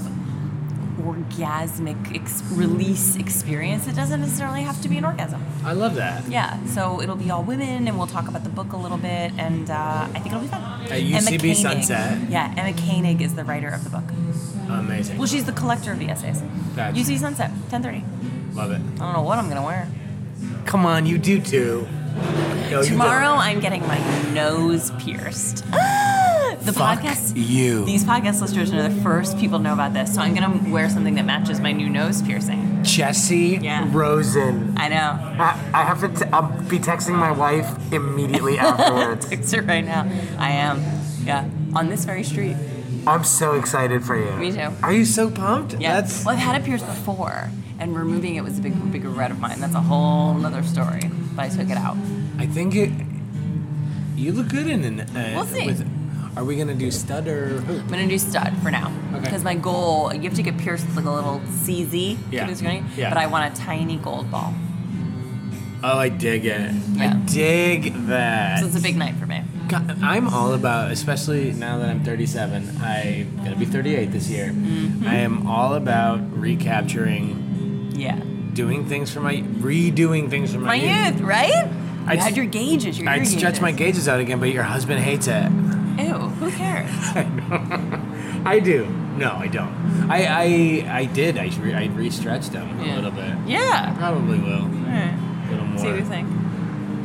orgasmic ex- release experience. It doesn't necessarily have to be an orgasm. I love that. Yeah. So it'll be all women, and we'll talk about the book a little bit, and uh, I think it'll be fun. At Emma UCB Koenig- Sunset. Yeah, Emma Koenig is the writer of the book. Amazing. Well, she's the collector of the essays. Gotcha. UC Sunset, 10:30. love it. I don't know what I'm gonna wear. Come on, you do too. No, Oh, you Tomorrow, don't. I'm getting my nose pierced. the Fuck podcast. you. These podcast listeners are the first people to know about this, so I'm gonna wear something that matches my new nose piercing. Jesse Yeah. Rosen. I know. I, I have to. T- I'll be texting my wife immediately afterwards. Fix it right now. I am. Yeah. On this very street. I'm so excited for you. Me too. Are you so pumped? Yeah. That's Well, I've had it pierced before, and removing it was a big, big regret of mine. That's a whole nother story. But I took it out. I think it. You look good in an. Uh, We'll see. With, are we gonna do stud or hoop? I'm gonna do stud for now Okay. because my goal you have to get pierced with like a little CZ, Yeah. it's gonna- Yeah. but I want a tiny gold ball. Oh, I dig it. Yeah. I dig that. So it's a big night for me. God, I'm all about, especially now that I'm 37. I'm gonna be 38 this year. Mm-hmm. I am all about recapturing, Yeah. doing things for my, redoing things for my, My youth, right? I'd you s- had your gauges. Your I'd ear stretch my gauges out again, but your husband hates it. Ew. Who cares? I do. No, I don't. I I, I did. I re, I restretched them a Yeah. little bit. Yeah. Probably will. All right. A little more. See what you think.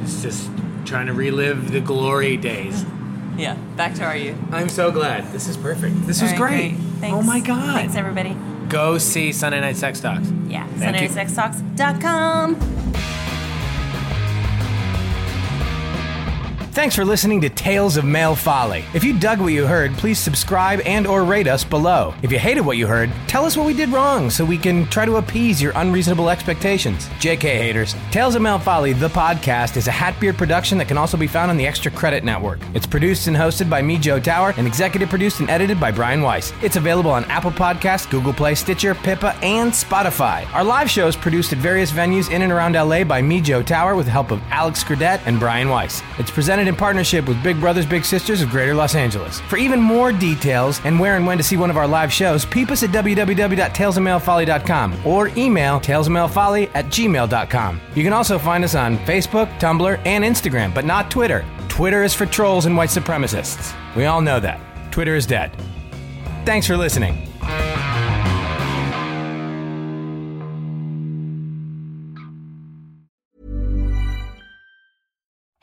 It's just trying to relive the glory days. Yeah. Back to our youth. I'm so glad. This is perfect. This was All right, great. Thanks. Oh my god. Thanks everybody. Go see Sunday Night Sex Talks. Yeah. Thank you. SundaySexTalks.com. Thanks for listening to Tales of Male Folly. If you dug what you heard, please subscribe and or rate us below. If you hated what you heard, tell us what we did wrong so we can try to appease your unreasonable expectations. JK haters. Tales of Male Folly, the podcast, is a Hatbeard production that can also be found on the Extra Credit Network. It's produced and hosted by me, Joe Tower, and executive produced and edited by Brian Weiss. It's available on Apple Podcasts, Google Play, Stitcher, Pippa, and Spotify. Our live show is produced at various venues in and around LA by me, Joe Tower, with the help of Alex Gradette and Brian Weiss. It's presented in partnership with Big Brothers Big Sisters of Greater Los Angeles. For even more details and where and when to see one of our live shows, peep us at www.talesofmalefolly.com or email talesofmalefolly at gmail.com. You can also find us on Facebook, Tumblr, and Instagram, but not Twitter. Twitter is for trolls and white supremacists. We all know that. Twitter is dead. Thanks for listening.